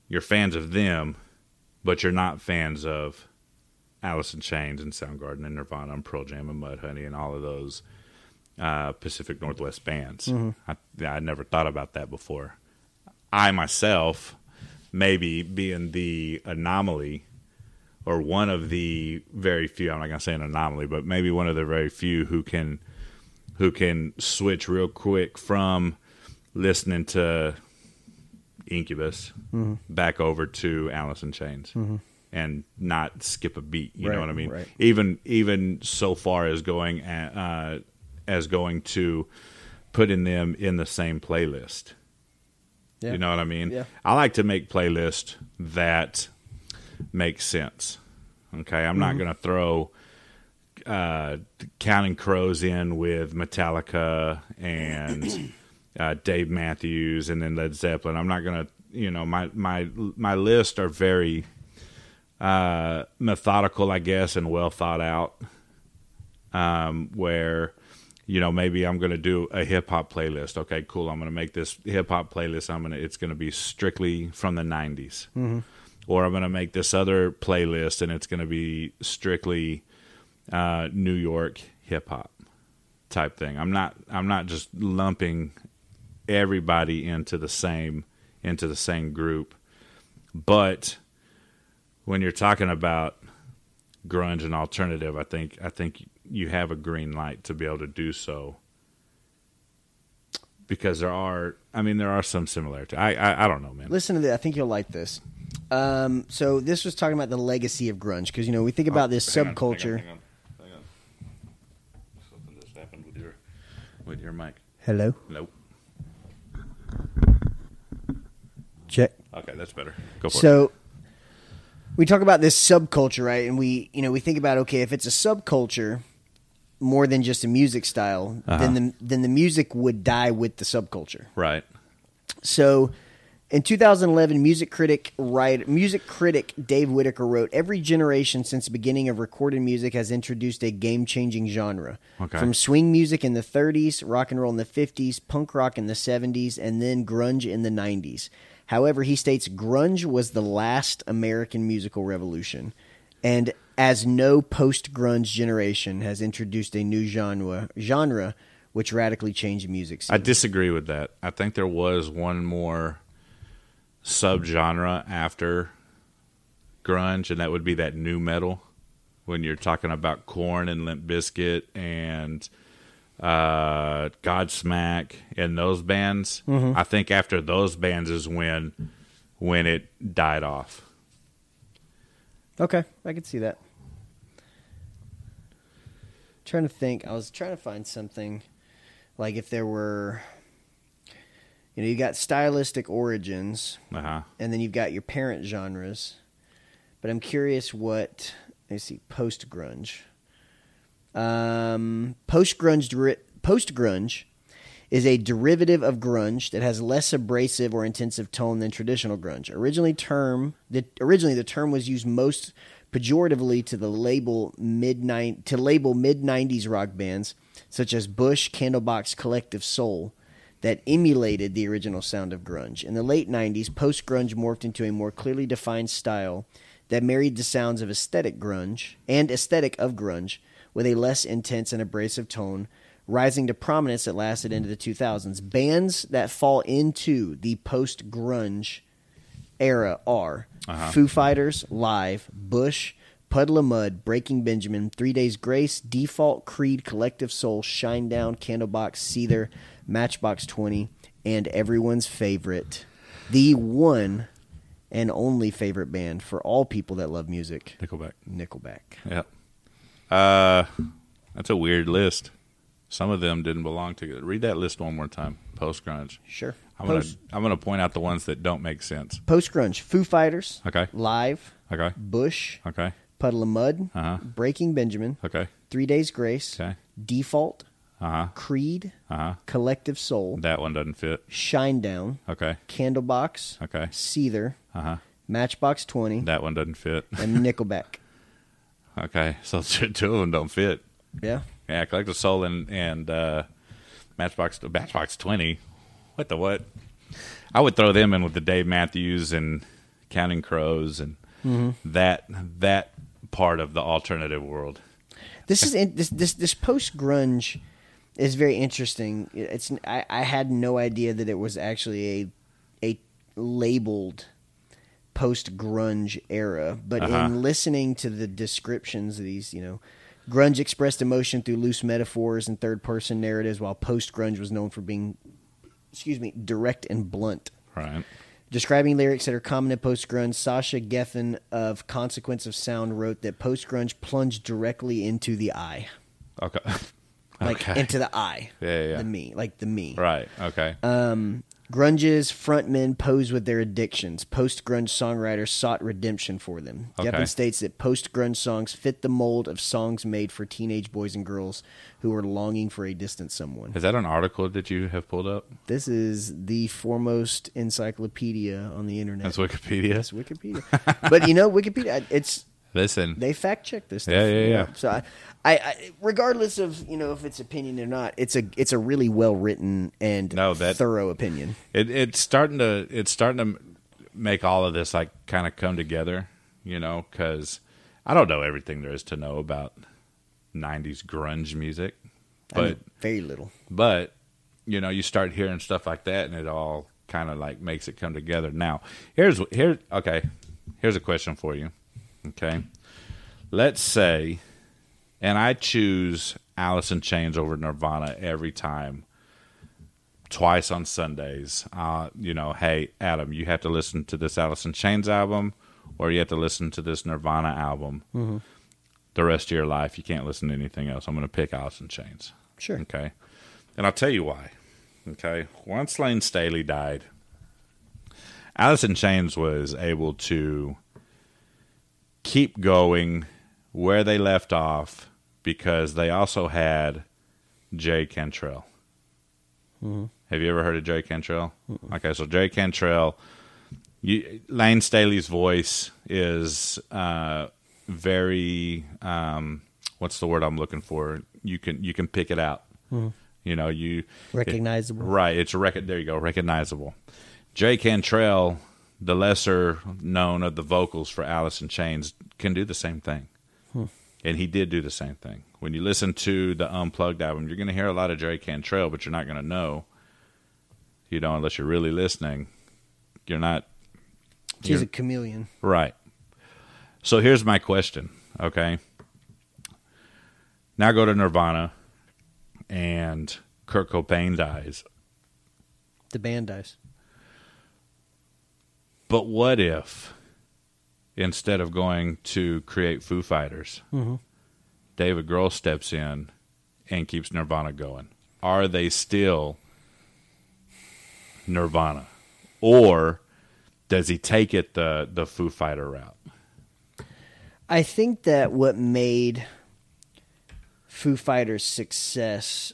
A: You're fans of them, but you're not fans of Alice in Chains and Soundgarden and Nirvana and Pearl Jam and Mudhoney and all of those uh, Pacific Northwest bands. I, I never thought about that before. I myself, maybe being the anomaly or one of the very few i'm not going to say an anomaly but maybe one of the very few who can who can switch real quick from listening to incubus
B: Mm-hmm.
A: back over to alice in chains and not skip a beat you know
B: Right,
A: what i mean
B: right.
A: even even so far as going a- uh, as going to putting them in the same playlist
B: Yeah.
A: you know what I mean?
B: Yeah.
A: I like to make playlists that make sense. Okay. I'm not
B: Mm-hmm.
A: going to throw uh, Counting Crows in with Metallica and uh, Dave Matthews and then Led Zeppelin. I'm not going to, you know, my, my, my lists are very uh, methodical, I guess, and well thought out. Um, where you know maybe I'm going to do a hip hop playlist. Okay, cool. I'm going to make this hip hop playlist. I'm going to it's going to be strictly from the '90s, or I'm going to make this other playlist and it's going to be strictly uh, New York hip hop type thing. I'm not I'm not just lumping everybody into the same into the same group, but when you're talking about grunge and alternative, I think I think you have a green light to be able to do so because there are. I mean, there are some similarity. I I, I don't know, man.
B: Listen to this. I think you'll like this. Um, so this was talking about the legacy of grunge because you know we think about this
A: Oh, Hang on,
B: subculture.
A: Hang on, hang on, hang on. Something just happened with your with your mic.
B: Hello,
A: Nope.
B: check.
A: Okay, that's better. Go for it.
B: So we talk about this subculture, right? And we, you know, we think about okay, if it's a subculture more than just a music style,
A: Uh-huh.
B: then the then the music would die with the subculture.
A: Right.
B: So in 2011, music critic write, music critic Dave Whitaker wrote, "Every generation since the beginning of recorded music has introduced a game-changing genre.
A: Okay.
B: From swing music in the 30s, rock and roll in the 50s, punk rock in the 70s, and then grunge in the 90s." However, he states grunge was the last American musical revolution, and as no post-grunge generation has introduced a new genre, genre which radically changed music. Scene.
A: I disagree with that. I think there was one more subgenre after grunge, and that would be that new metal. When you're talking about Corn and Limp Bizkit and uh, Godsmack and those bands,
B: Mm-hmm.
A: I think after those bands is when when it died off.
B: Okay, I can see that. Trying to think, I was trying to find something like if there were, you know, you got stylistic origins,
A: Uh huh.
B: and then you've got your parent genres. But I'm curious what let me see post grunge. Um, post grunge post grunge is a derivative of grunge that has less abrasive or intensive tone than traditional grunge. Originally term the originally the term was used most pejoratively to the label mid to label mid 90s rock bands such as Bush, Candlebox, Collective Soul that emulated the original sound of grunge. In the late 90s, post grunge morphed into a more clearly defined style that married the sounds of aesthetic grunge and aesthetic of grunge with a less intense and abrasive tone, rising to prominence that lasted into the 2000s. Bands that fall into the post grunge era are
A: Uh-huh.
B: Foo Fighters, Live, Bush, Puddle of Mud, Breaking Benjamin, Three Days Grace, Default, Creed, Collective Soul, Shinedown, Candlebox, Seether, Matchbox 20, and everyone's favorite, the one and only favorite band for all people that love music,
A: Nickelback.
B: Nickelback.
A: Yep. Uh, that's a weird list. Some of them didn't belong to. Read that list one more time. Post grunge.
B: Sure.
A: I'm gonna
B: Post-
A: I'm gonna point out the ones that don't make sense.
B: Post grunge, Foo Fighters,
A: Okay.
B: Live,
A: Okay.
B: Bush,
A: Okay.
B: Puddle of Mud,
A: Uh-huh.
B: Breaking Benjamin,
A: Okay.
B: Three Days Grace,
A: Okay.
B: Default,
A: Uh huh.
B: Creed,
A: Uh huh.
B: Collective Soul,
A: That one doesn't fit.
B: Shinedown,
A: Okay.
B: Candlebox,
A: Okay.
B: Seether,
A: Uh huh.
B: Matchbox 20,
A: That one doesn't fit.
B: and Nickelback.
A: Okay. So two of them don't fit.
B: Yeah.
A: Yeah. Collective Soul and and uh, Matchbox Matchbox Twenty. What the what? I would throw them in with the Dave Matthews and Counting Crows and that that part of the alternative world.
B: This is in, this this this post grunge is very interesting. It's I, I had no idea that it was actually a a labeled post grunge era, but in listening to the descriptions of these, you know, grunge expressed emotion through loose metaphors and third person narratives while post grunge was known for being excuse me, direct and blunt.
A: Right.
B: Describing lyrics that are common in post grunge, Sasha Geffen of Consequence of Sound wrote that post grunge plunged directly into the I.
A: Okay.
B: Like
A: okay.
B: into the I.
A: Yeah, yeah, yeah.
B: The me. Like the me.
A: right. Okay.
B: Grunge's frontmen pose with their addictions. Post grunge songwriters sought redemption for them.
A: Okay.
B: Geffen states that post grunge songs fit the mold of songs made for teenage boys and girls who are longing for a distant someone.
A: Is that an article that you have pulled up?
B: This is the foremost encyclopedia on the internet.
A: That's Wikipedia.
B: It's Wikipedia. but you know, Wikipedia, it's
A: Listen,
B: they fact check this. Stuff,
A: Yeah, yeah,
B: you know?
A: yeah.
B: So I, I, I, regardless of you know if it's opinion or not, it's a it's a really well written and
A: No, that-
B: thorough opinion.
A: it, it's starting to it's starting to m- make all of this like kind of come together, you know, because I don't know everything there is to know about '90s grunge music,
B: I
A: but
B: know very little.
A: but you know you start hearing stuff like that and it all kind of like makes it come together now here's here okay here's a question for you okay let's say and i choose alice in chains over nirvana every time twice on Sundays. Uh, you know, hey Adam, you have to listen to this Alice in Chains album, or you have to listen to this Nirvana album. The rest of your life, you can't listen to anything else. I'm going to pick Alice in Chains.
B: Sure.
A: Okay. And I'll tell you why. Okay. Once Lane Staley died, Alice in Chains was able to keep going where they left off because they also had Jay Cantrell. Have you ever heard of Jay Cantrell? Okay, so Jay Cantrell, you, Lane Staley's voice is uh, very um, what's the word I'm looking for? You can you can pick it out. You know you
B: Recognizable.
A: right? It's rec- there you go recognizable. Jay Cantrell, the lesser known of the vocals for Alice in Chains, can do the same thing and he did do the same thing. When you listen to the Unplugged album, you're going to hear a lot of Jerry Cantrell, but you're not going to know, you know, unless you're really listening. You're not
B: He's a chameleon.
A: right. So here's my question. Okay. Now go to Nirvana, and Kurt Cobain dies.
B: The band dies.
A: But what if instead of going to create Foo Fighters, David Grohl steps in and keeps Nirvana going? Are they still Nirvana? Or does he take it the, the Foo Fighter route?
B: I think that what made Foo Fighters' success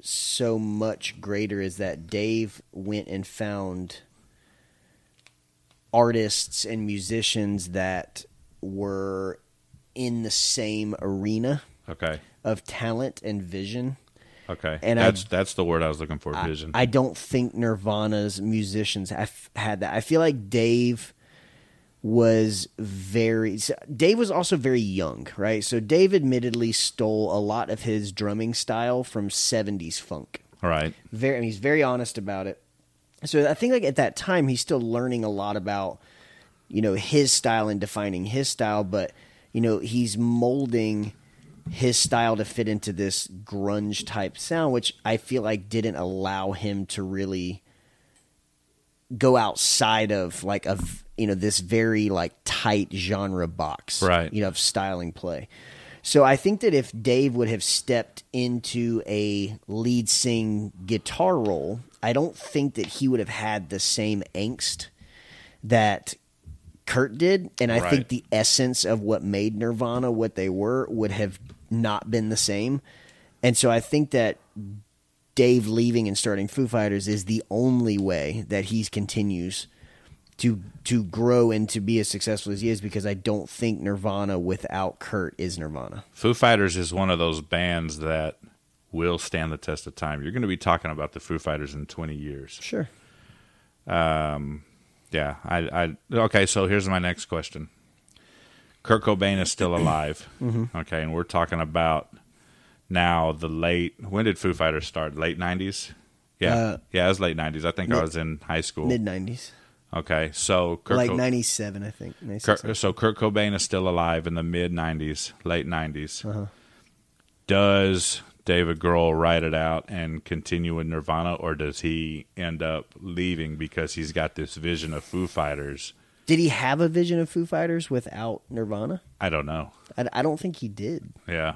B: so much greater is that Dave went and found artists and musicians that were in the same arena
A: Okay.
B: of talent and vision.
A: Okay.
B: And I-
A: that's that's the word I was looking for, vision.
B: I don't think Nirvana's musicians have had that. I feel like Dave was very so Dave was also very young, right? So Dave admittedly stole a lot of his drumming style from 70s funk.
A: All right.
B: Very and he's very honest about it. So I think like at that time he's still learning a lot about you know his style and defining his style, but you know he's molding his style to fit into this grunge type sound, which I feel like didn't allow him to really go outside of like of you know this very like tight genre box,
A: Right.
B: You know of styling play. So I think that if Dave would have stepped into a lead sing guitar role, I don't think that he would have had the same angst that Kurt did, and I
A: Right.
B: think the essence of what made Nirvana what they were would have not been the same. And so I think that Dave leaving and starting Foo Fighters is the only way that he continues to to grow and to be as successful as he is because I don't think Nirvana without Kurt is Nirvana.
A: Foo Fighters is one of those bands that will stand the test of time. You're going to be talking about the Foo Fighters in 20 years.
B: Sure.
A: Yeah, I, I okay. So here's my next question: Kurt Cobain is still alive,
B: Mm-hmm.
A: okay, and we're talking about now the late. When did Foo Fighters start? Late '90s. Yeah,
B: Uh,
A: yeah, it was late '90s. I think I
B: mid-
A: was in high school.
B: Mid nineties.
A: okay, so Kurt
B: Like
A: Co-
B: ninety seven, I think. 96.
A: Kurt, so Kurt Cobain is still alive in the mid '90s, late '90s.
B: Uh-huh.
A: Does David Grohl ride it out and continue with Nirvana, or does he end up leaving because he's got this vision of Foo Fighters?
B: Did he have a vision of Foo Fighters without Nirvana?
A: I don't know.
B: I, I don't think he did.
A: Yeah.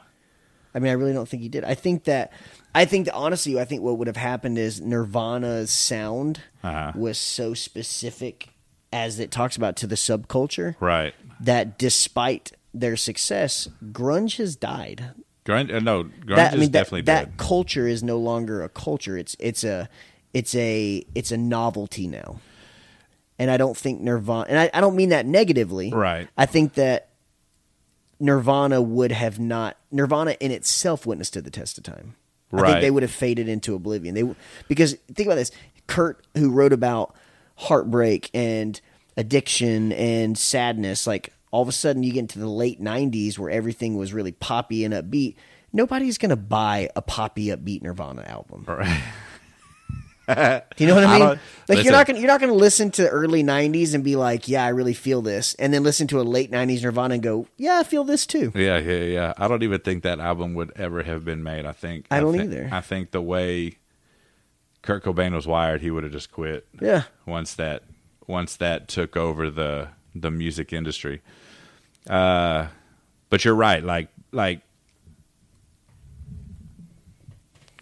B: I mean, I really don't think he did. I think that, I think that honestly, I think what would have happened is Nirvana's sound
A: Uh-huh.
B: was so specific, as it talks about to the subculture,
A: Right.
B: that despite their success, grunge has died.
A: Grunge, uh, no, grunge
B: That, I
A: is
B: mean, that,
A: definitely
B: that
A: dead.
B: culture is no longer a culture. It's it's a it's a it's a novelty now, and I don't think Nirvana. And I, I don't mean that negatively.
A: Right.
B: I think that Nirvana would have not Nirvana in itself wouldn't have stood the test of time. I
A: Right.
B: think they would have faded into oblivion. They w- because think about this, Kurt who wrote about heartbreak and addiction and sadness, like all of a sudden you get into the late '90s where everything was really poppy and upbeat. Nobody's gonna buy a poppy upbeat Nirvana album. Do you know what
A: I
B: I mean?
A: don't-
B: like you're not
A: listen.
B: gonna you're not gonna listen to early '90s and be like, yeah, I really feel this, and then listen to a late '90s Nirvana and go, yeah, I feel this too.
A: Yeah, yeah, yeah. I don't even think that album would ever have been made. I think
B: I don't
A: thi-
B: either.
A: I think the way Kurt Cobain was wired, he would have just quit
B: Yeah.
A: once that once that took over the the music industry. Uh, but you're right. Like like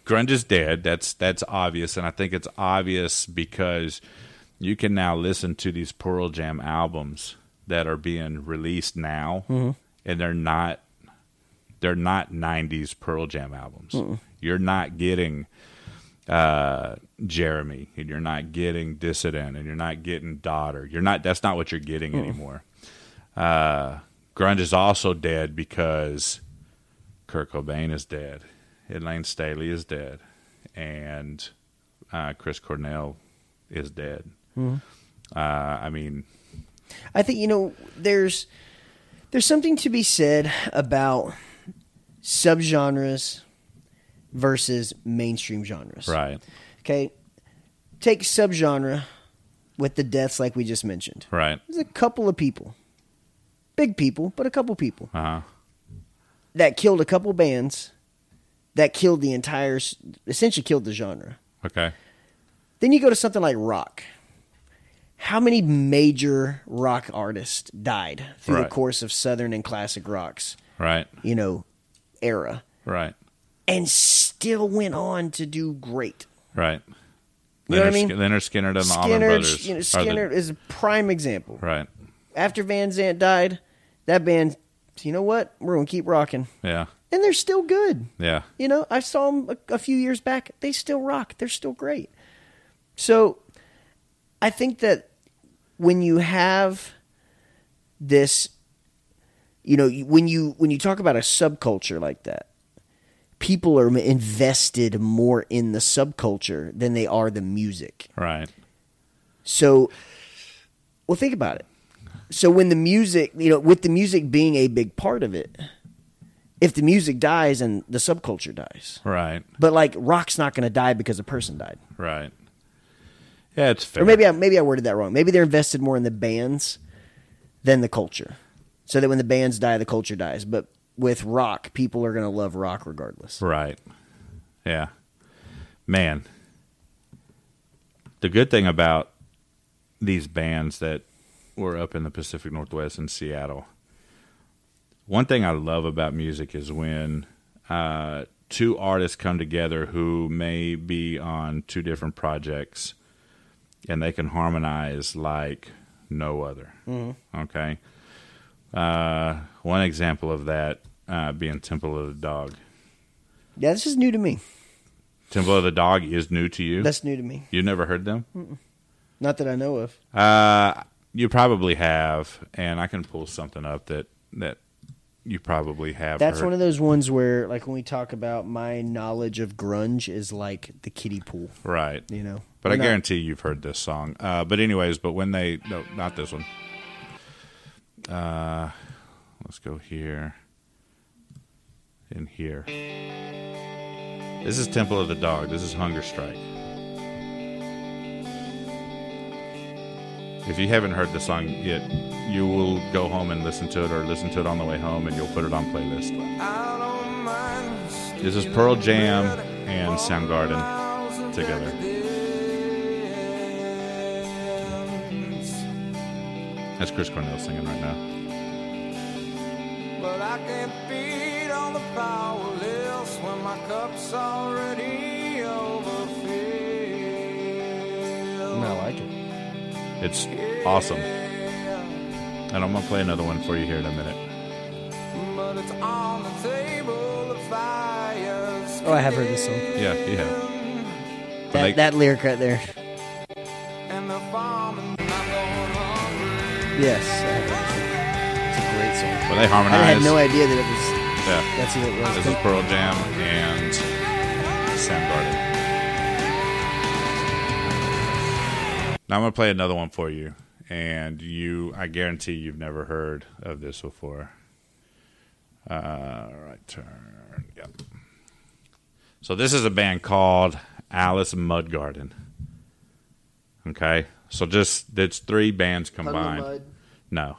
A: grunge is dead. That's that's obvious, and I think it's obvious because you can now listen to these Pearl Jam albums that are being released now, and they're not they're not '90s Pearl Jam albums. You're not getting uh, Jeremy, and you're not getting Dissident, and you're not getting Daughter. You're not. That's not what you're
B: Hmm.
A: getting anymore. Uh, grunge is also dead because Kurt Cobain is dead, and Lane Staley is dead, and uh, Chris Cornell is dead.
B: Hmm.
A: Uh, I mean,
B: I think you know there's there's something to be said about subgenres versus mainstream genres.
A: right,
B: Okay. Take subgenre with the deaths like we just mentioned.
A: right,
B: There's a couple of people. Big people, but a couple people
A: uh huh,
B: that killed a couple bands that killed the entire s- essentially killed the genre.
A: okay,
B: Then you go to something like rock. How many major rock artists died through the
A: Right.
B: course of Southern and classic rocks,
A: right,
B: you know, era,
A: right,
B: and still went on to do great?
A: right.
B: You know what I
A: Leonard,
B: mean?
A: Skin- Leonard Skinner and the Allman
B: Skinner,
A: Brothers.
B: you
A: are
B: know,
A: the-
B: Skinner is a prime example.
A: right,
B: After Van Zant died, that band, you know what? We're gonna keep rocking,
A: yeah,
B: and they're still good.
A: yeah,
B: You know, I saw them a, a few years back. They still rock. They're still great. So I think that when you have this, you know, you- when you when you talk about a subculture like that, people are invested more in the subculture than they are the music.
A: right,
B: So, well, think about it. So when the music, you know, with the music being a big part of it, if the music dies and the subculture dies,
A: right.
B: but like rock's not going to die because a person died.
A: Right. Yeah, it's fair.
B: Or maybe I maybe I worded that wrong. Maybe they're invested more in the bands than the culture. So that when the bands die, the culture dies. But with rock, people are going to love rock regardless.
A: right. Yeah. Man. The good thing about these bands that were up in the Pacific Northwest in Seattle. One thing I love about music is when uh, two artists come together who may be on two different projects and they can harmonize like no other. Okay. Uh, one example of that uh, being Temple of the Dog.
B: Yeah, this is new to me.
A: Temple of the Dog is new to you.
B: That's Mm. new to me.
A: you never heard them?
B: Not that I know of.
A: Uh, you probably have, and I can pull something up that that you probably have.
B: That's
A: heard.
B: one of those ones where, like, when we talk about my knowledge of grunge is like the kiddie pool.
A: right.
B: You know,
A: But
B: We're
A: I
B: not-
A: guarantee you've heard this song. Uh, but anyways, but when they no, not this one. Uh, let's go here. And here. This is Temple of the Dog. This is Hunger Strike. If you haven't heard the song yet, you will go home and listen to it, or listen to it on the way home, and you'll put it on playlist.
C: This is Pearl Jam and Soundgarden
A: together.
C: together.
A: That's Chris Cornell singing right now.
C: But I can't feed on the powerless when my cup's already overfilled.
B: No, I like it.
A: It's awesome,
C: Yeah,
A: and I'm gonna play another one for you here in a minute.
C: But it's on the table of fires.
B: Oh, I have heard this song.
A: Yeah, yeah.
B: That,
A: like-
B: that lyric right there.
C: And the farm and I'm going hungry.
B: Yes, I have heard this song. it's a great song.
A: Well, they harmonize.
B: I had no idea that it was.
A: Yeah.
B: That's who it was.
A: This is Pearl Jam and Soundgarden. Now I'm gonna play another one for you, and you, I guarantee you've never heard of this before. Uh, right turn. Yep. So this is a band called Alice Mudgarden. Okay, so just it's three bands combined. No,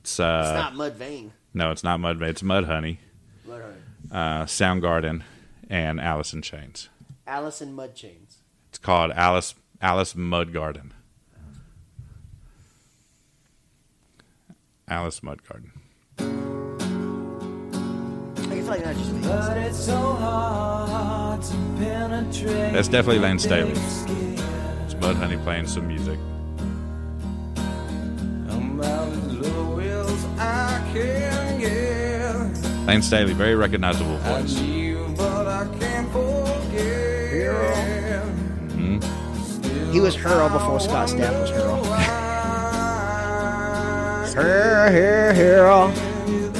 A: it's uh,
B: It's not Mudvayne.
A: no, it's not Mud. It's Mud Honey uh, Soundgarden, and Alice in Chains.
B: Alice in Mud Chains.
A: It's called Alice Alice Mud Garden. Alice Mud Garden.
B: I feel like not just me.
C: But it's so hard to penetrate.
A: That's definitely Lane
C: the
A: Staley.
C: thick skin.
A: It's Mud Honey playing some music.
C: I'm about as low as I can get.
A: Lane Staley, very recognizable
C: I
A: voice.
C: knew, but I can't forget.
B: He was Hurl before Scott Stapp was Hurl. Hurl, Hurl, Hurl.
A: You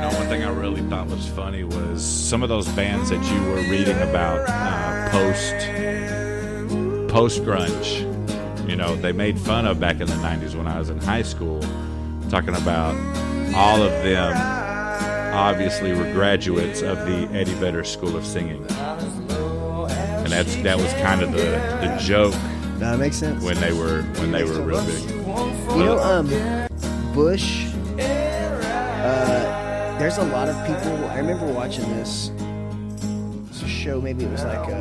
A: know, one thing I really thought was funny was some of those bands that you were reading about uh, post post grunge. You know, they made fun of back in the '90s when I was in high school, talking about all of them. Obviously, were graduates of the Eddie Vedder School of Singing,
C: Oh,
A: and that's that was kind of the, the joke
B: That makes sense.
A: when they were when they were real big.
B: You know, um, Bush. Uh, there's a lot of people. I remember watching this. It's a show. Maybe it was like uh,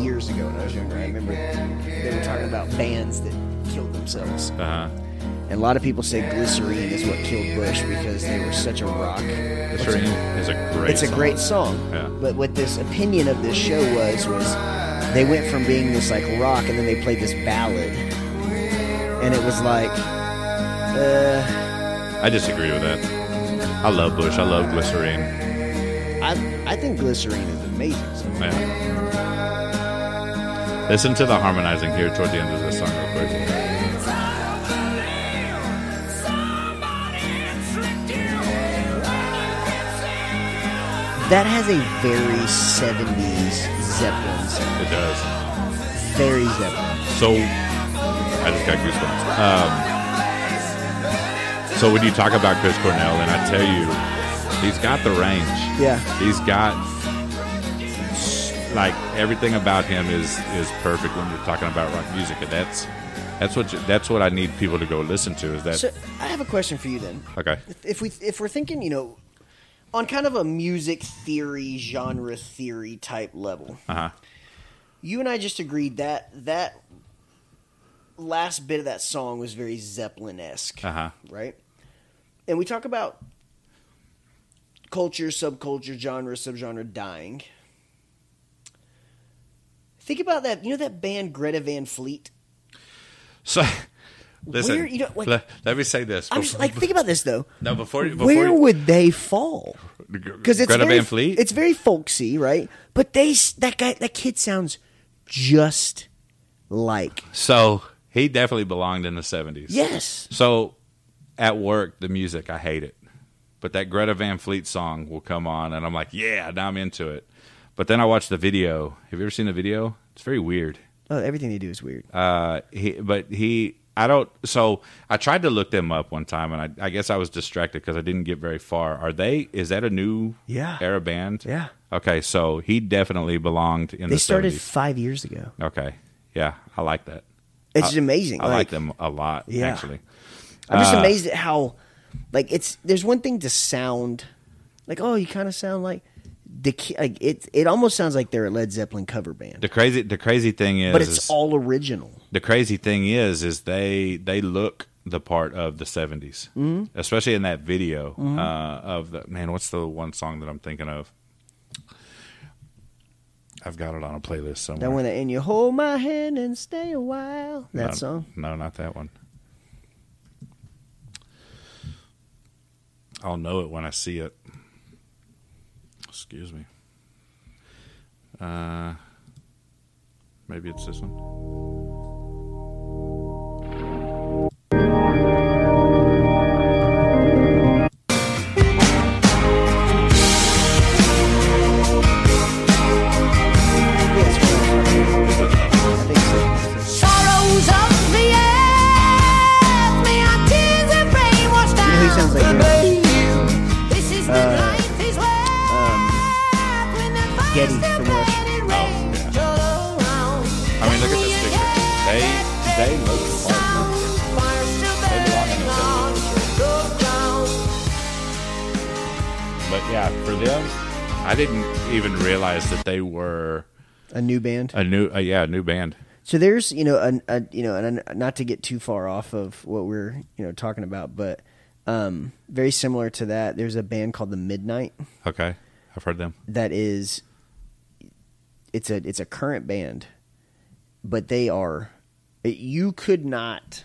B: years ago when I was younger. I remember they were talking about bands that killed themselves,
A: Uh-huh.
B: and a lot of people say Glycerine is what killed Bush because they were such a rock.
A: This ring is a great.
B: it's a
A: song.
B: great song.
A: Yeah.
B: But what this opinion of this show was was they went from being this like rock and then they played this ballad, and it was like, uh,
A: I disagree with that. I love Bush. I love Glycerine.
B: I I think Glycerine is amazing. So
A: Yeah. Listen to the harmonizing here toward the end of this song, real quick.
B: that has a very '70s Zeppelin, sound.
A: It does.
B: very Zeppelin.
A: So, I just got goosebumps. Um, so, when you talk about Chris Cornell, and I tell you, he's got the range.
B: Yeah,
A: He's got like everything about him is is perfect when you're talking about rock music, and that's that's what you, that's what I need people to go listen to. Is that
B: so I have a question for you then.
A: okay?
B: if we if we're thinking, you know, on kind of a music theory, genre theory type level,
A: Uh-huh.
B: you and I just agreed that that last bit of that song was very Zeppelin esque,
A: Uh-huh.
B: right? And we talk about culture, subculture, genre, subgenre dying. Think about that. You know that band Greta Van Fleet.
A: So, listen.
B: you know, like-
A: le- let me say this.
B: I'm just like think about this though.
A: No, before, before
B: Where
A: you-
B: would they fall? because it's
A: Greta
B: very,
A: Van Fleet.
B: It's very folksy, right? But they s- that guy that kid sounds just like
A: so he definitely belonged in the seventies.
B: yes.
A: So at work, the music I hate it, but that Greta Van Fleet song will come on, and I'm like, yeah, now I'm into it. But then I watch the video. Have you ever seen the video? It's very weird.
B: Oh, everything they do is weird.
A: Uh, he, but he, I don't. So I tried to look them up one time, and I, I guess I was distracted because I didn't get very far. Are they? Is that a new
B: Yeah.
A: era band?
B: Yeah.
A: Okay, so he definitely belonged in
B: they
A: the
B: started
A: 70s.
B: five years ago.
A: Okay. Yeah, I like that.
B: It's amazing.
A: I like, them a lot,
B: Yeah.
A: actually.
B: I'm just amazed at how like it's. There's one thing to sound like oh, you kind of sound like the ki- like it. It almost sounds like they're a Led Zeppelin cover band,
A: The crazy the crazy thing is,
B: but it's
A: is-
B: all original.
A: the crazy thing is is they they look the part of the 70s.
B: Mm-hmm.
A: Especially in that video uh, of the man, what's the one song that I'm thinking of? I've got it on a playlist somewhere.
B: That one that and you hold my hand and stay a while. That
A: no,
B: song.
A: No, not that one. I'll know it when I see it. Excuse me. Uh, maybe it's this one.
B: Yes, I think so.
D: Sorrows of the earth, may our tears and brainwashed
B: You know who he sounds like
D: out
B: now?
D: the blue. This is what
B: Uh,
D: life is worth when the
B: um, Getty
D: fires
B: from
D: still
B: Rush.
D: burn and
A: Oh,
D: rains
A: yeah.
D: all around.
A: I mean, look at this picture. They they look the part.
D: Sound, fires still
A: They belong in
D: burning
A: the
D: on. Go down.
A: But yeah, for them, I didn't even realize that they were
B: a new band.
A: A new, uh, yeah, a new band.
B: So there's you know an a, you know and an- not to get too far off of what we're you know talking about, but um, very similar to that, there's a band called the Midnight
A: Okay, I've heard them.
B: that is it's a it's a current band, but they are you could not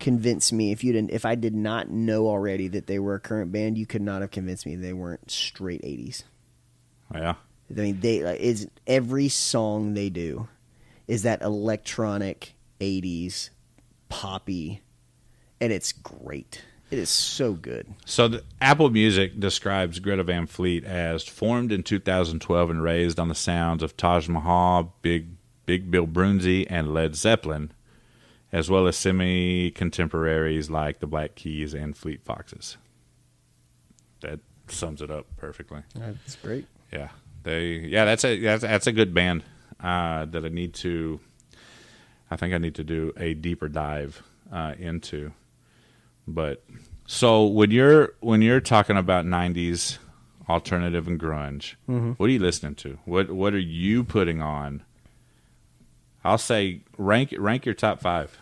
B: convince me if you didn't if I did not know already that they were a current band, you could not have convinced me they weren't straight eighties.
A: Yeah,
B: I mean, they like, is every song they do is that electronic '80s poppy, and it's great. It is so good.
A: So the, Apple Music describes Greta Van Fleet as formed in 2012 and raised on the sounds of Taj Mahal, Big Big Bill Brunzi, and Led Zeppelin, as well as semi contemporaries like the Black Keys and Fleet Foxes. That sums it up perfectly.
B: That's great.
A: Yeah, they yeah that's a that's, that's a good band uh, that I need to. I think I need to do a deeper dive uh, into. But so when you're when you're talking about '90s alternative and grunge,
B: Mm-hmm.
A: what are you listening to? What what are you putting on? I'll say rank rank your top five.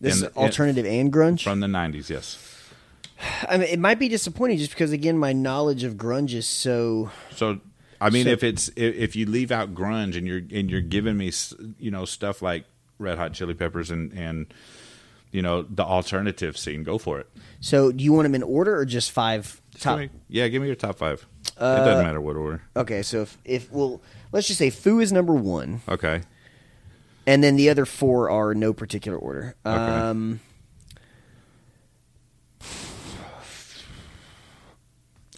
B: This
A: In
B: is
A: the- in-
B: alternative and grunge.
A: from the '90s. Yes.
B: I mean, it might be disappointing just because again, my knowledge of grunge is so
A: So I mean,
B: So-
A: if it's if, if you leave out grunge and you're and you're giving me s- you know stuff like Red Hot Chili Peppers and and you know the alternative scene, go for it.
B: so. Do you want them in order or just five top? Uh,
A: Give me- yeah, give me your top five. it doesn't matter what order.
B: Okay, so if if well, let's just say Foo is number one,
A: Okay.
B: and then the other four are no particular order. Um,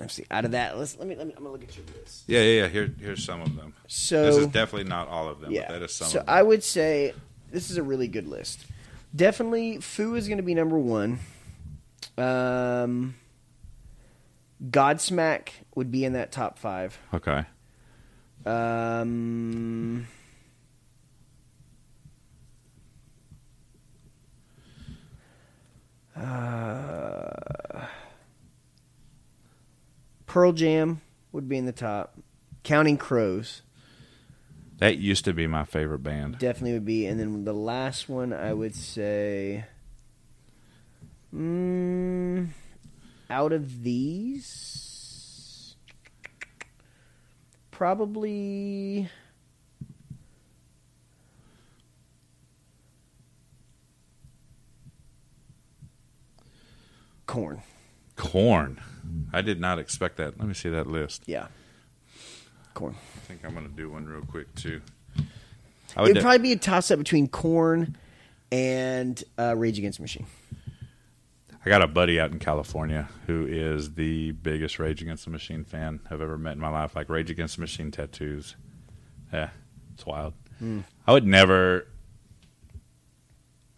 B: let's see. Out of that, let's let me let me. I'm gonna look at your list.
A: Yeah, yeah, yeah. Here, here's some of them.
B: So
A: this is definitely not all of them.
B: yeah.
A: but that is some.
B: so
A: of them.
B: I would say this is a really good list. Definitely, Foo is going to be number one. Um, Godsmack would be in that top five.
A: okay.
B: Um, uh, Pearl Jam would be in the top. Counting Crows
A: That used to be my favorite band.
B: definitely would be, and then the last one I would say. Mm, out of these, probably. Corn.
A: Corn. I did not expect that. Let me see that list.
B: Yeah. Corn.
A: I think I'm gonna do one real quick too. I
B: It would
A: de-
B: probably be a toss up between corn and uh, Rage Against the Machine.
A: I got a buddy out in California who is the biggest Rage Against the Machine fan I've ever met in my life. Like Rage Against the Machine tattoos. Yeah, it's wild.
B: Hmm.
A: I would never.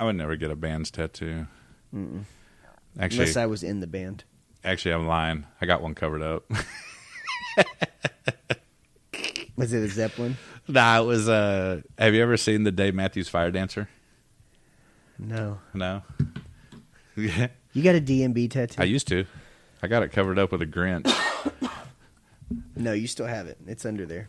A: I would never get a band's tattoo. Actually,
B: Unless I was in the band.
A: actually, I'm lying. I got one covered up.
B: Was it a Zeppelin?
A: nah, it was. Uh, have you ever seen the Dave Matthews Fire Dancer?
B: No.
A: No. Yeah,
B: You got a DMB tattoo?
A: I used to. I got it covered up with a Grinch.
B: no, you still have it. It's under there.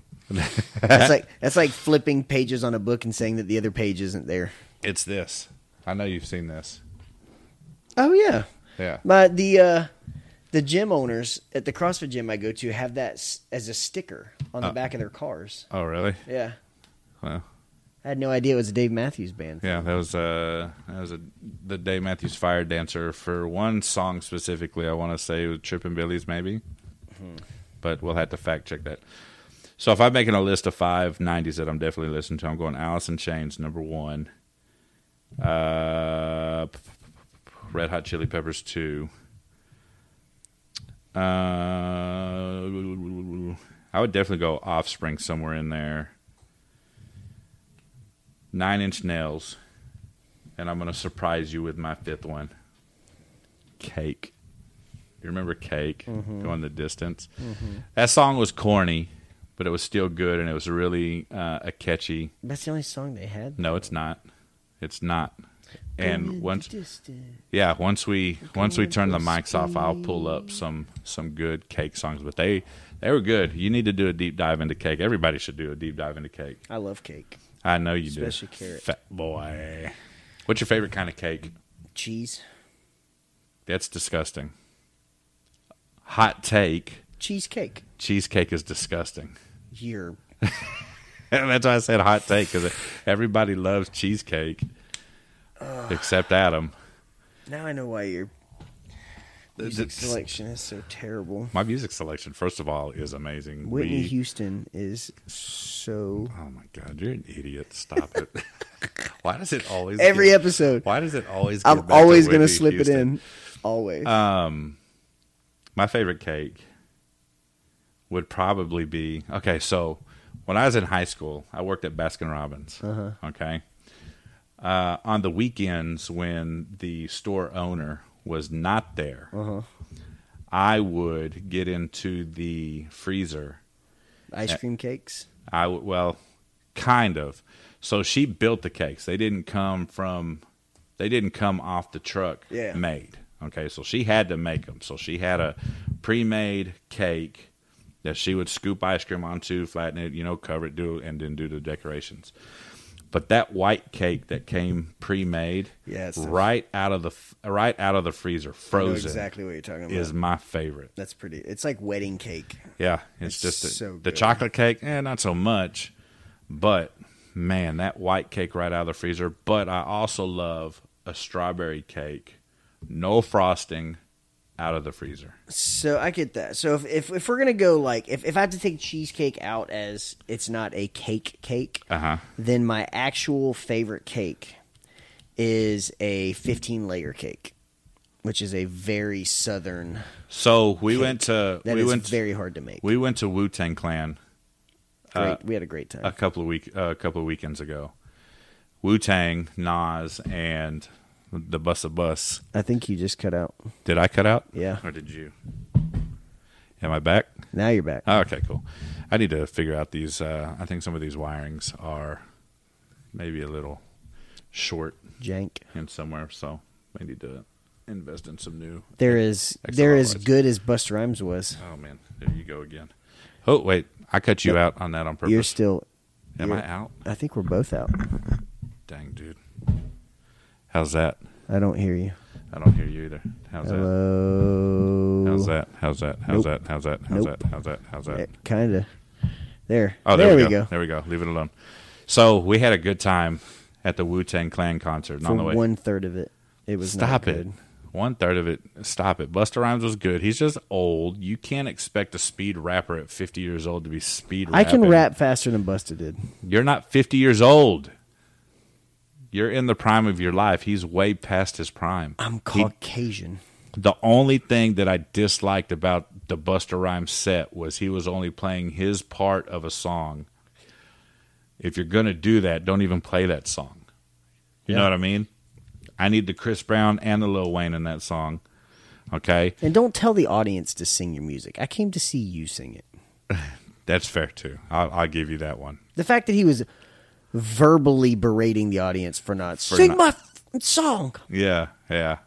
B: that's like that's like flipping pages on a book and saying that the other page isn't there.
A: it's this. I know you've seen this.
B: Oh yeah.
A: Yeah.
B: My the uh the gym owners at the CrossFit gym I go to have that s- as a sticker on
A: Uh.
B: the back of their cars.
A: Oh, really?
B: Yeah.
A: Well.
B: I had no idea it was a Dave Matthews band.
A: Yeah, that was uh that was a, the Dave Matthews Fire Dancer for one song specifically. I want to say with Trippin' Billy's maybe, but we'll have to fact check that. So if I'm making a list of five '90s that I'm definitely listening to, I'm going Alice in Chains number one, uh, p- p- p- Red Hot Chili Peppers two. Uh, I would definitely go Offspring somewhere in there. Nine Inch Nails, and I'm going to surprise you with my fifth one. Cake. You remember Cake going the distance? That song was corny, but it was still good, and it was really uh, a catchy.
B: That's the only song they had.
A: No, it's not. It's not.
B: Going
A: And once,
B: the distance.
A: yeah, once we once we turn the mics off, I'll pull up some some good Cake songs. But they They were good. You need to do a deep dive into cake. Everybody should do a deep dive into cake.
B: I love cake.
A: I know you do.
B: Especially carrot.
A: Fat boy. What's your favorite kind of cake?
B: Cheese.
A: That's disgusting. Hot take.
B: Cheesecake.
A: Cheesecake is disgusting.
B: You're
A: That's why I said hot take because everybody loves cheesecake except Adam.
B: now I know why your music
A: It's-
B: selection is so terrible.
A: My music selection, first of all, is amazing.
B: Whitney
A: We-
B: Houston is so
A: oh my god, you're an idiot! Stop it. why does it always
B: every
A: get-
B: episode.
A: Why does it always? get back
B: I'm
A: to
B: always gonna
A: Whitney
B: slip it
A: Houston? Um,
B: in. Always.
A: my favorite cake would probably be okay. So when I was in high school, I worked at Baskin Robbins. Okay, uh, on the weekends when the store owner was not there, I would get into the freezer.
B: Ice cream cakes.
A: I would well, kind of. So she built the cakes. They didn't come from. They didn't come off the truck
B: Yeah.
A: made. Okay, so she had to make them. So she had a pre-made cake that she would scoop ice cream onto, flatten it, you know, cover it, do, and then do the decorations. But that white cake that came pre-made,
B: Yeah, it's-
A: right out of the f- right out of the freezer,
B: I know
A: frozen,
B: exactly what you're talking about.
A: is my favorite.
B: That's pretty. It's like wedding cake.
A: Yeah, it's,
B: It's
A: just a-
B: so
A: the
B: good.
A: chocolate cake. Eh, not so much, but man, that white cake right out of the freezer. But I also love a strawberry cake, no frosting, out of the freezer.
B: So I get that. So if if, if we're gonna go like if, if I had to take cheesecake out as it's not a cake cake,
A: Uh huh.
B: then my actual favorite cake is a 15 layer cake, which is a very southern
A: So we went to
B: that
A: we
B: is
A: went
B: very hard to make.
A: we went to Wu Tang Clan uh,
B: great. we had a great time.
A: a couple of week uh, a couple of weekends ago. Wu Tang, Nas, and the Bus of Bus.
B: I think you just cut out.
A: Did I cut out?
B: Yeah.
A: Or did you? Am I back?
B: Now you're back.
A: Oh, okay, cool. I need to figure out these. Uh, I think some of these wirings are maybe a little short
B: Jank.
A: in somewhere, so I need to invest in some new.
B: There is
A: Excellent
B: they're as
A: voice.
B: good as Buster Rhymes was.
A: Oh man, there you go again. Oh wait, I cut you out on that on purpose.
B: You're still.
A: Am
B: you're-
A: I out?
B: I think we're both out.
A: Dang, dude. How's that?
B: I don't hear you.
A: I don't hear you either. How's that?
B: Hello.
A: How's that? How's that? How's
B: Nope.
A: that? How's that? How's
B: Nope.
A: that? How's that? How's that?
B: Kind of. Eh, There.
A: Oh, there, we, go. There we go. Leave it alone. So we had a good time at the Wu Tang Clan concert. and
B: For
A: on the way,
B: one third of it, it was not
A: Stop it.
B: good.
A: One third of it. Stop it. Buster Rhymes was good. He's just old. You can't expect a speed rapper at 50 years old to be speed
B: I can
A: rapping.
B: rap faster than Busta did.
A: You're not 50 years old. You're in the prime of your life. He's way past his prime.
B: I'm
A: He-
B: Caucasian.
A: the only thing that I disliked about the Buster Rhymes set was he was only playing his part of a song. If you're gonna do that, don't even play that song. You know
B: Yeah.
A: what I mean? I need the Chris Brown and the Lil Wayne in that song. Okay,
B: And don't tell the audience to sing your music. I came to see you sing it.
A: that's fair too. I'll, I'll give you that one.
B: The fact that he was verbally berating the audience for not sing
A: not-
B: my f- song.
A: Yeah, yeah.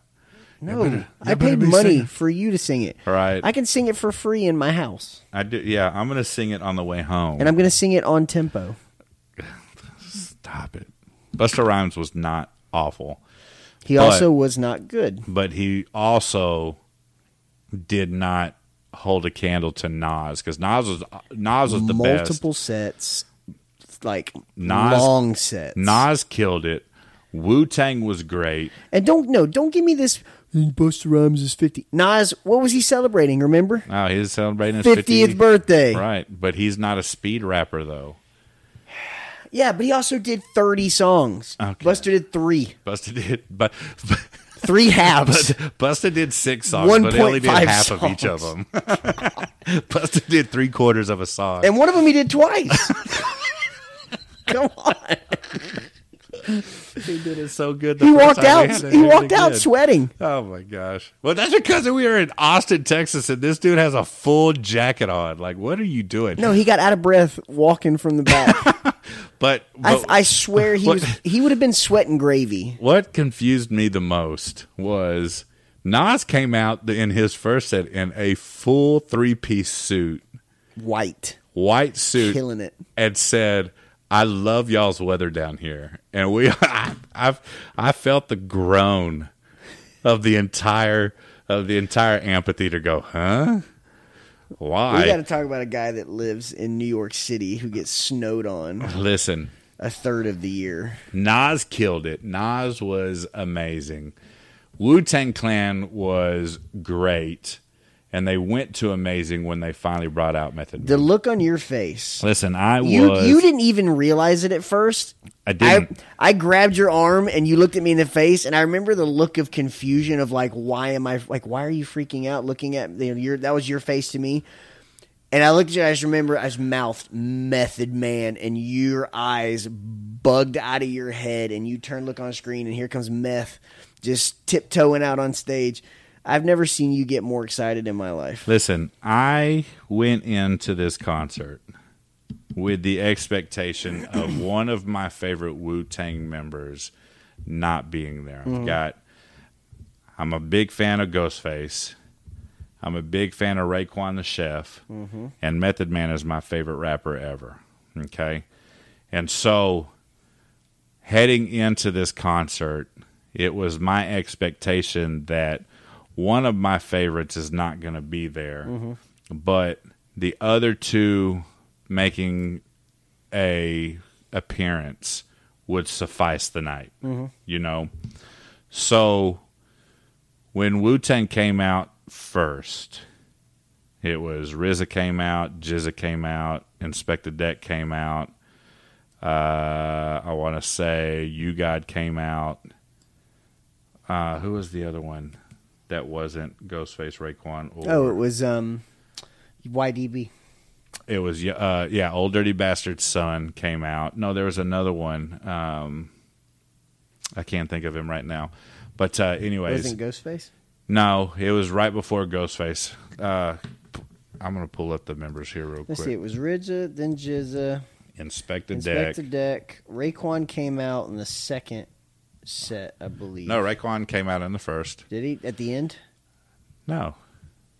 B: No, I
A: better
B: paid
A: be
B: money
A: singing.
B: for you to sing it.
A: Right.
B: I can sing it for free in my house,
A: I do. Yeah, I'm gonna sing it on the way home.
B: and I'm going to sing it on tempo.
A: Stop it. Buster Rhymes was not awful.
B: He
A: But-
B: also was not good.
A: but he also did not hold a candle to Nas because Nas was Nas was the
B: Multiple sets, like
A: Nas-
B: long sets.
A: best. Nas killed it. Wu Tang was great.
B: And don't no, don't give me this. Buster Rhymes is fifty. Nas, what was he celebrating? Remember
A: Oh, he's celebrating his
B: fiftieth
A: 50
B: birthday.
A: right? But he's not a speed rapper though.
B: Yeah, but he also did thirty songs.
A: Okay.
B: Buster did three,
A: Busta did, but, but
B: three halves.
A: Busta did six songs, but he only did
B: 1.5
A: half of each of them. Busta did three quarters of a song.
B: and one of them he did twice. Come on,
A: he did it so good. the
B: he
A: first
B: walked
A: time we
B: out.
A: had to
B: He
A: do it
B: walked out
A: again.
B: sweating.
A: Oh my gosh. Well, that's because we are in Austin, Texas, and this dude has a full jacket on. Like, what are you doing?
B: No, he got out of breath walking from the back.
A: But,
B: I,
A: but
B: I swear he
A: What-
B: was. He would have been sweating gravy.
A: what confused me the most was Nas came out the- in his first set in a full three piece suit
B: white,
A: white suit
B: killing it.
A: and said, "I love y'all's weather down here." And we, I, I've, I felt the groan of the entire of the entire amphitheater go, huh?
B: We got to
A: Why?
B: talk about a guy that lives in New York City who gets snowed on
A: Listen,
B: a third of the year.
A: Nas killed it. Nas was amazing. Wu Tang Clan was great, and they went to amazing when they finally brought out Method.
B: The
A: Man.
B: look on your face.
A: Listen, I
B: You
A: was.
B: you didn't even realize it at first.
A: I didn't.
B: I, I grabbed your arm and you looked at me in the face, and I remember the look of confusion of like, why am I like, why are you freaking out? Looking at you know, your that was your face to me, and I looked at you. I just remember I just mouthed Method Man, and your eyes bugged out of your head, and you turned look on screen, and here comes Meth, just tiptoeing out on stage. I've never seen you get more excited in my life.
A: Listen, I went into this concert with the expectation of one of my favorite Wu Tang members not being there. I've got, I'm a big fan of Ghostface. I'm a big fan of Raekwon the Chef. And Method Man is my favorite rapper ever. Okay. And so heading into this concert, it was my expectation that one of my favorites is not going to be there, but the other two making a appearance would suffice the night. You know, so when Wu Tang came out first, it was RZA came out, Jizza came out, Inspector Deck came out. Uh, I want to say You God came out. Uh, who was the other one that wasn't Ghostface Raekwon? Or
B: Oh, it was um, YDB.
A: it was uh yeah old dirty bastard's son came out no there was another one um i can't think of him right now but uh anyways
B: Wasn't Ghostface?
A: no it was right before ghostface uh p- i'm gonna pull up the members here real
B: Let's see.
A: quick
B: It was Ridza, then Jizza,
A: inspect the deck
B: Inspector Deck. Raekwon came out in the second set, I believe.
A: no Raekwon came out in the first
B: Did he at the end?
A: no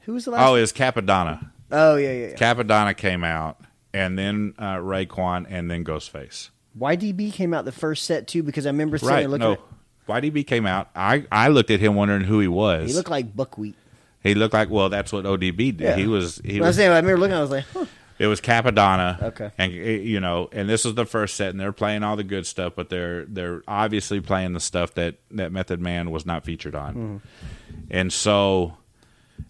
B: Who was the last?
A: oh it was capadonna
B: Oh, yeah, yeah, yeah.
A: capadonna came out and then uh Raekwon and then ghostface
B: YDB came out the first set too because I remember sitting
A: right
B: there looking.
A: no
B: at-
A: ydb came out i i looked at him wondering who he was
B: he looked like buckwheat.
A: He looked like well, that's what ODB did.
B: Yeah.
A: He was he
B: But
A: was
B: I was saying, I remember looking. I was like, huh.
A: it was Capadonna.
B: Okay.
A: and eh, you know, and this was the first set, and they're playing all the good stuff, but they're they're obviously playing the stuff that that Method Man was not featured on,
B: Mm-hmm.
A: and so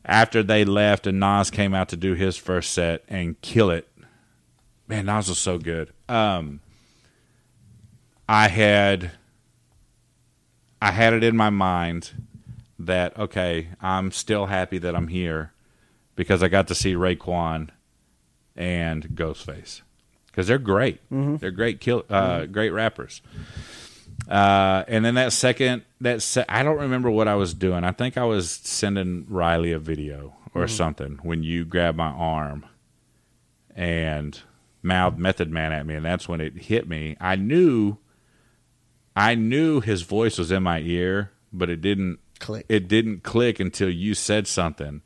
A: after they left and Nas came out to do his first set and kill it, man, Nas was so good. Um, I had I had it in my mind that okay, I'm still happy that I'm here because I got to see Raekwon and Ghostface because they're great. They're great kill, uh, great rappers. Uh, and then that second, that se- I don't remember what I was doing. I think I was sending Riley a video or something when you grabbed my arm and mouthed Method Man at me, and that's when it hit me. I knew, I knew his voice was in my ear, but it didn't
B: Click.
A: It didn't click until you said something,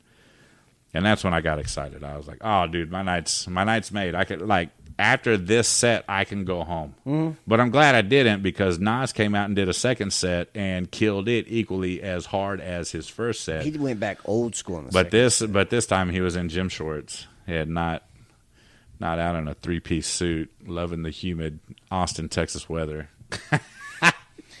A: and that's when I got excited. I was like, "Oh, dude, my night's my night's made. I could like after this set, I can go home."
B: Mm-hmm.
A: But I'm glad I didn't because Nas came out and did a second set and killed it equally as hard as his first set.
B: He went back old school on the
A: But
B: second.
A: this, but this time he was in gym shorts. He had not, not out in a three piece suit, loving the humid Austin, Texas weather.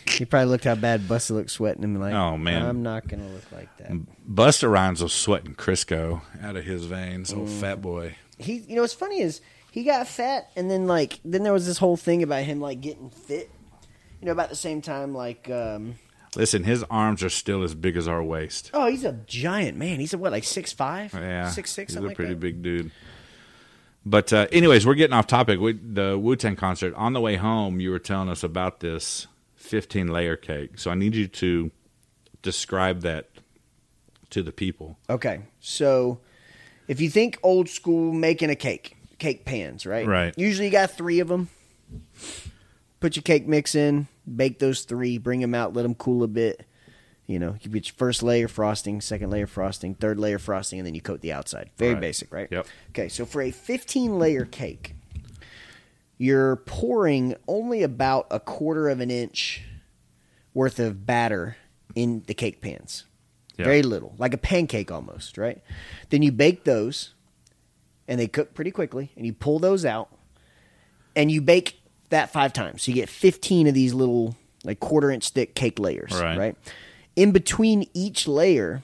B: he probably looked how bad Busta looked sweating and like,
A: Oh, man. Mm.
B: I'm not gonna look like that.
A: Buster Rhymes was sweating Crisco out of his veins, old
B: Mm.
A: fat boy.
B: he you know what's funny is he got fat and then like then there was this whole thing about him like getting fit you know about the same time like um
A: Listen, his arms are still as big as our waist.
B: oh he's a giant man he's a what like six five
A: Yeah,
B: six six
A: He's
B: something
A: a
B: like
A: pretty
B: that?
A: big dude. But uh, anyways, we're getting off topic. We, the Wu Tang concert on the way home, you were telling us about this fifteen layer cake. So I need you to describe that to the people.
B: okay so if you think old school making a cake cake pans right
A: Right.
B: usually you got three of them put your cake mix in bake those three bring them out let them cool a bit You know, you get your first layer frosting, second layer frosting, third layer frosting, and then you coat the outside. Very
A: Right.
B: basic, right?
A: Yep.
B: Okay, so for a 15 layer cake, you're pouring only about a quarter of an inch worth of batter in the cake pans.
A: Yeah.
B: Very little, like a pancake almost, right? Then you bake those and they cook pretty quickly, and you pull those out and you bake that five times. So you get 15 of these little, like quarter inch thick cake layers,
A: Right.
B: right? In between each layer,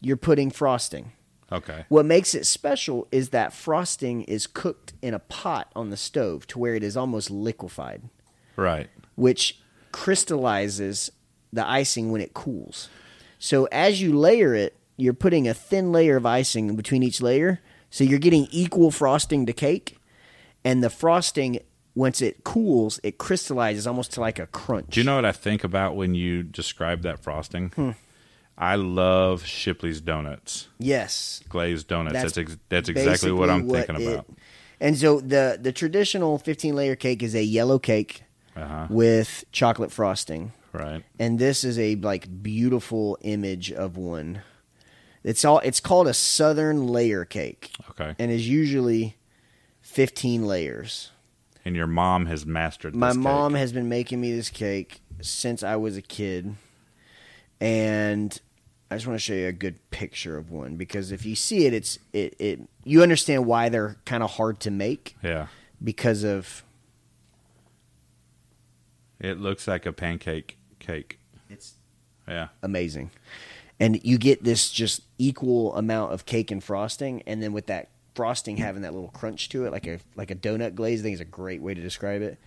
B: you're putting frosting.
A: Okay.
B: What makes it special is that frosting is cooked in a pot on the stove to where it is almost liquefied,
A: Right.
B: which crystallizes the icing when it cools. So as you layer it, you're putting a thin layer of icing in between each layer. So you're getting equal frosting to cake. And the frosting, once it cools, it crystallizes almost to like a crunch.
A: Do you know what I think about when you describe that frosting?
B: Hmm.
A: I love Shipley's donuts,
B: Yes.
A: glazed donuts. That's that's, ex- that's
B: basically
A: exactly what I'm thinking
B: it-
A: about.
B: And so the the traditional 15 layer cake is a yellow cake
A: Uh-huh.
B: with chocolate frosting,
A: Right.
B: and this is a like beautiful image of one. It's all it's called a southern layer cake,
A: Okay. And,
B: and is usually 15 layers.
A: your mom has mastered.
B: My
A: this
B: mom
A: Cake.
B: has been making me this cake since I was a kid. And I just want to show you a good picture of one because if you see it, it's it, it you understand why they're kind of hard to make
A: Yeah.
B: because of
A: It looks like a pancake cake.
B: it's
A: Yeah.
B: amazing. And you get this just equal amount of cake and frosting, and then with that frosting having that little crunch to it, like a like a donut glaze, I think is a great way to describe it.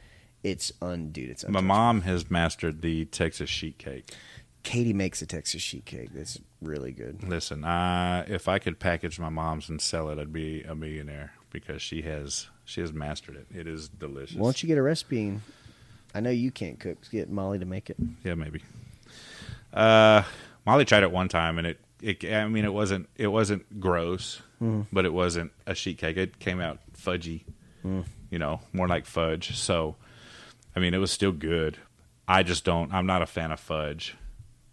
B: It's undude. It's
A: My
B: untouchable.
A: mom has mastered the Texas sheet cake.
B: Katie makes a Texas sheet cake. That's really good.
A: Listen, I if I could package my mom's and sell it, I'd be a millionaire because she has she has mastered it. It is delicious.
B: Why don't you get a recipe? And I know you can't cook. so Get Molly to make it.
A: Yeah, maybe. Uh, Molly tried it one time, and it, it I mean, it wasn't it wasn't gross, but it wasn't a sheet cake. It came out fudgy, you know, more like fudge. So, I mean, it was still good. I just don't. I'm not a fan of fudge.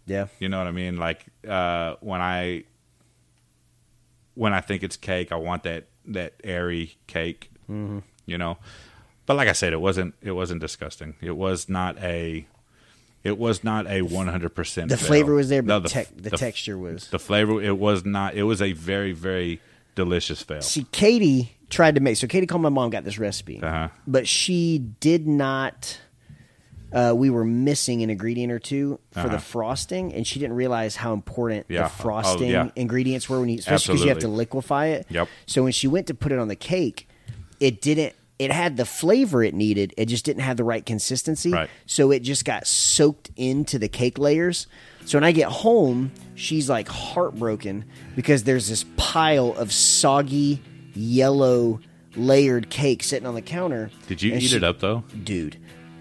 B: Yeah.
A: You know what I mean? Like uh, when I when I think it's cake, I want that that airy cake. Mm-hmm. You know, but like I said, it wasn't it wasn't disgusting. It was not a it was not a one hundred percent.
B: The flavor was there, but
A: No,
B: the, tec- the,
A: f-
B: texture was.
A: the flavor. It was not. It was a very very delicious fail.
B: See, Katie tried to make. So Katie called my mom, got this recipe,
A: Uh-huh.
B: but she did not. Uh, we were missing an ingredient or two for
A: Uh-huh.
B: the frosting, and she didn't realize how important
A: Yeah.
B: the
A: Oh,
B: frosting
A: yeah.
B: ingredients were when you, especially because you have to
A: Absolutely.
B: liquefy it.
A: Yep.
B: So when she went to put it on the cake, it didn't. It had the flavor it needed. It just didn't have the right consistency.
A: Right.
B: So it just got soaked into the cake layers. So when I get home, she's like heartbroken because there's this pile of soggy yellow layered cake sitting on the counter.
A: Did you
B: And
A: eat
B: she-
A: it up though?
B: Dude.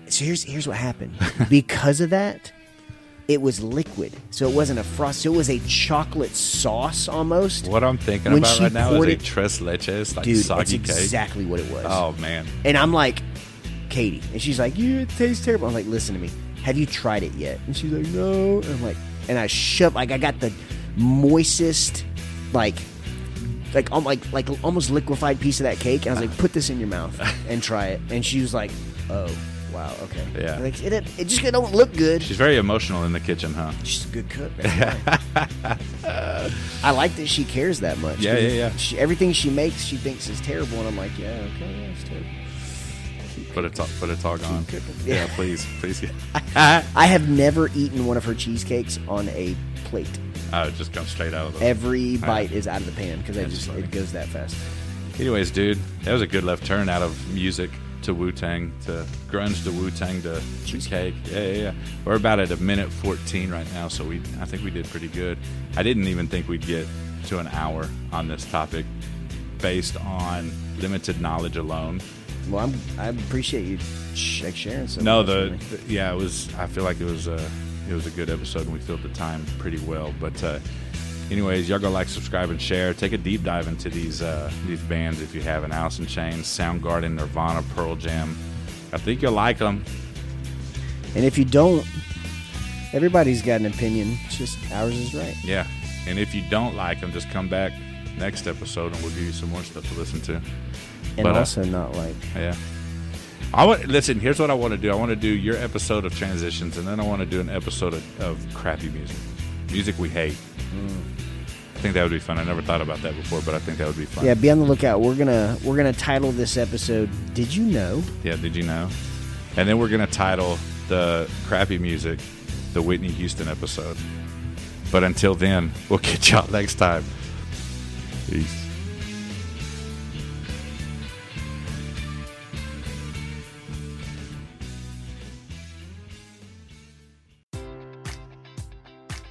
B: So here's here's what happened. because of that, it was liquid. So it wasn't a frost. So it was a chocolate sauce almost.
A: What I'm thinking
B: When
A: about
B: she
A: right now is
B: poured
A: a
B: it-
A: tres leches like
B: Dude, that's
A: soggy cake.
B: exactly what it was.
A: Oh man,
B: And I'm like, Katie. And she's like, yeah, it tastes terrible. I'm like, listen to me. Have you tried it yet? And she's like, no. And I'm like, and I shove, like, I got the moistest, like, like, um, like, like almost liquefied piece of that cake. And I was like, put this in your mouth and try it. And she was like, oh, wow, okay.
A: Yeah.
B: Like, it, it just it don't look good.
A: she's very emotional in the kitchen, huh?
B: She's a good cook. man. I like that she cares that much.
A: Yeah, yeah, yeah.
B: She, everything she makes, she thinks is terrible, and I'm like, yeah, okay, yeah, it's terrible.
A: But it's all, but it's all gone.
B: cooking.
A: Yeah,
B: Yeah.
A: please, please. Get, Uh-huh.
B: I have never eaten one of her cheesecakes on a plate.
A: I just come straight out of the.
B: Every bite is out of the pan because I
A: That's
B: just
A: funny.
B: it goes that fast.
A: Anyways, dude, that was a good left turn out of music to Wu Tang to grunge to Wu Tang to cheesecake. Yeah, yeah, yeah. We're about at a minute fourteen right now, so we I think we did pretty good. I didn't even think we'd get to an hour on this topic, based on limited knowledge alone.
B: Well, I'm, I appreciate you sh- like sharing so
A: No,
B: much
A: the,
B: with me.
A: the- yeah, it was. I feel like it was a it was a good episode, and we filled the time pretty well. But uh, anyways, y'all go like, subscribe, and share. Take a deep dive into these uh, these bands if you haven't. Alice in Chains, Soundgarden, Nirvana, Pearl Jam. I think you'll like them.
B: and if you don't, Everybody's got an opinion. It's just ours is right.
A: Yeah. And if you don't like them, just come back next episode and we'll give you some more stuff to listen to.
B: And
A: But, uh,
B: also not like.
A: Yeah. I want listen. Here's what I want to do. I want to do your episode of transitions, and then I want to do an episode of, of crappy music, music we hate. I think that would be fun. I never thought about that before, but I think that would be fun.
B: Yeah, be on the lookout. We're gonna we're gonna title this episode Did You Know?
A: Yeah, did you know? And then we're going to title the crappy music the Whitney Houston episode. But until then, we'll catch y'all next time. Peace.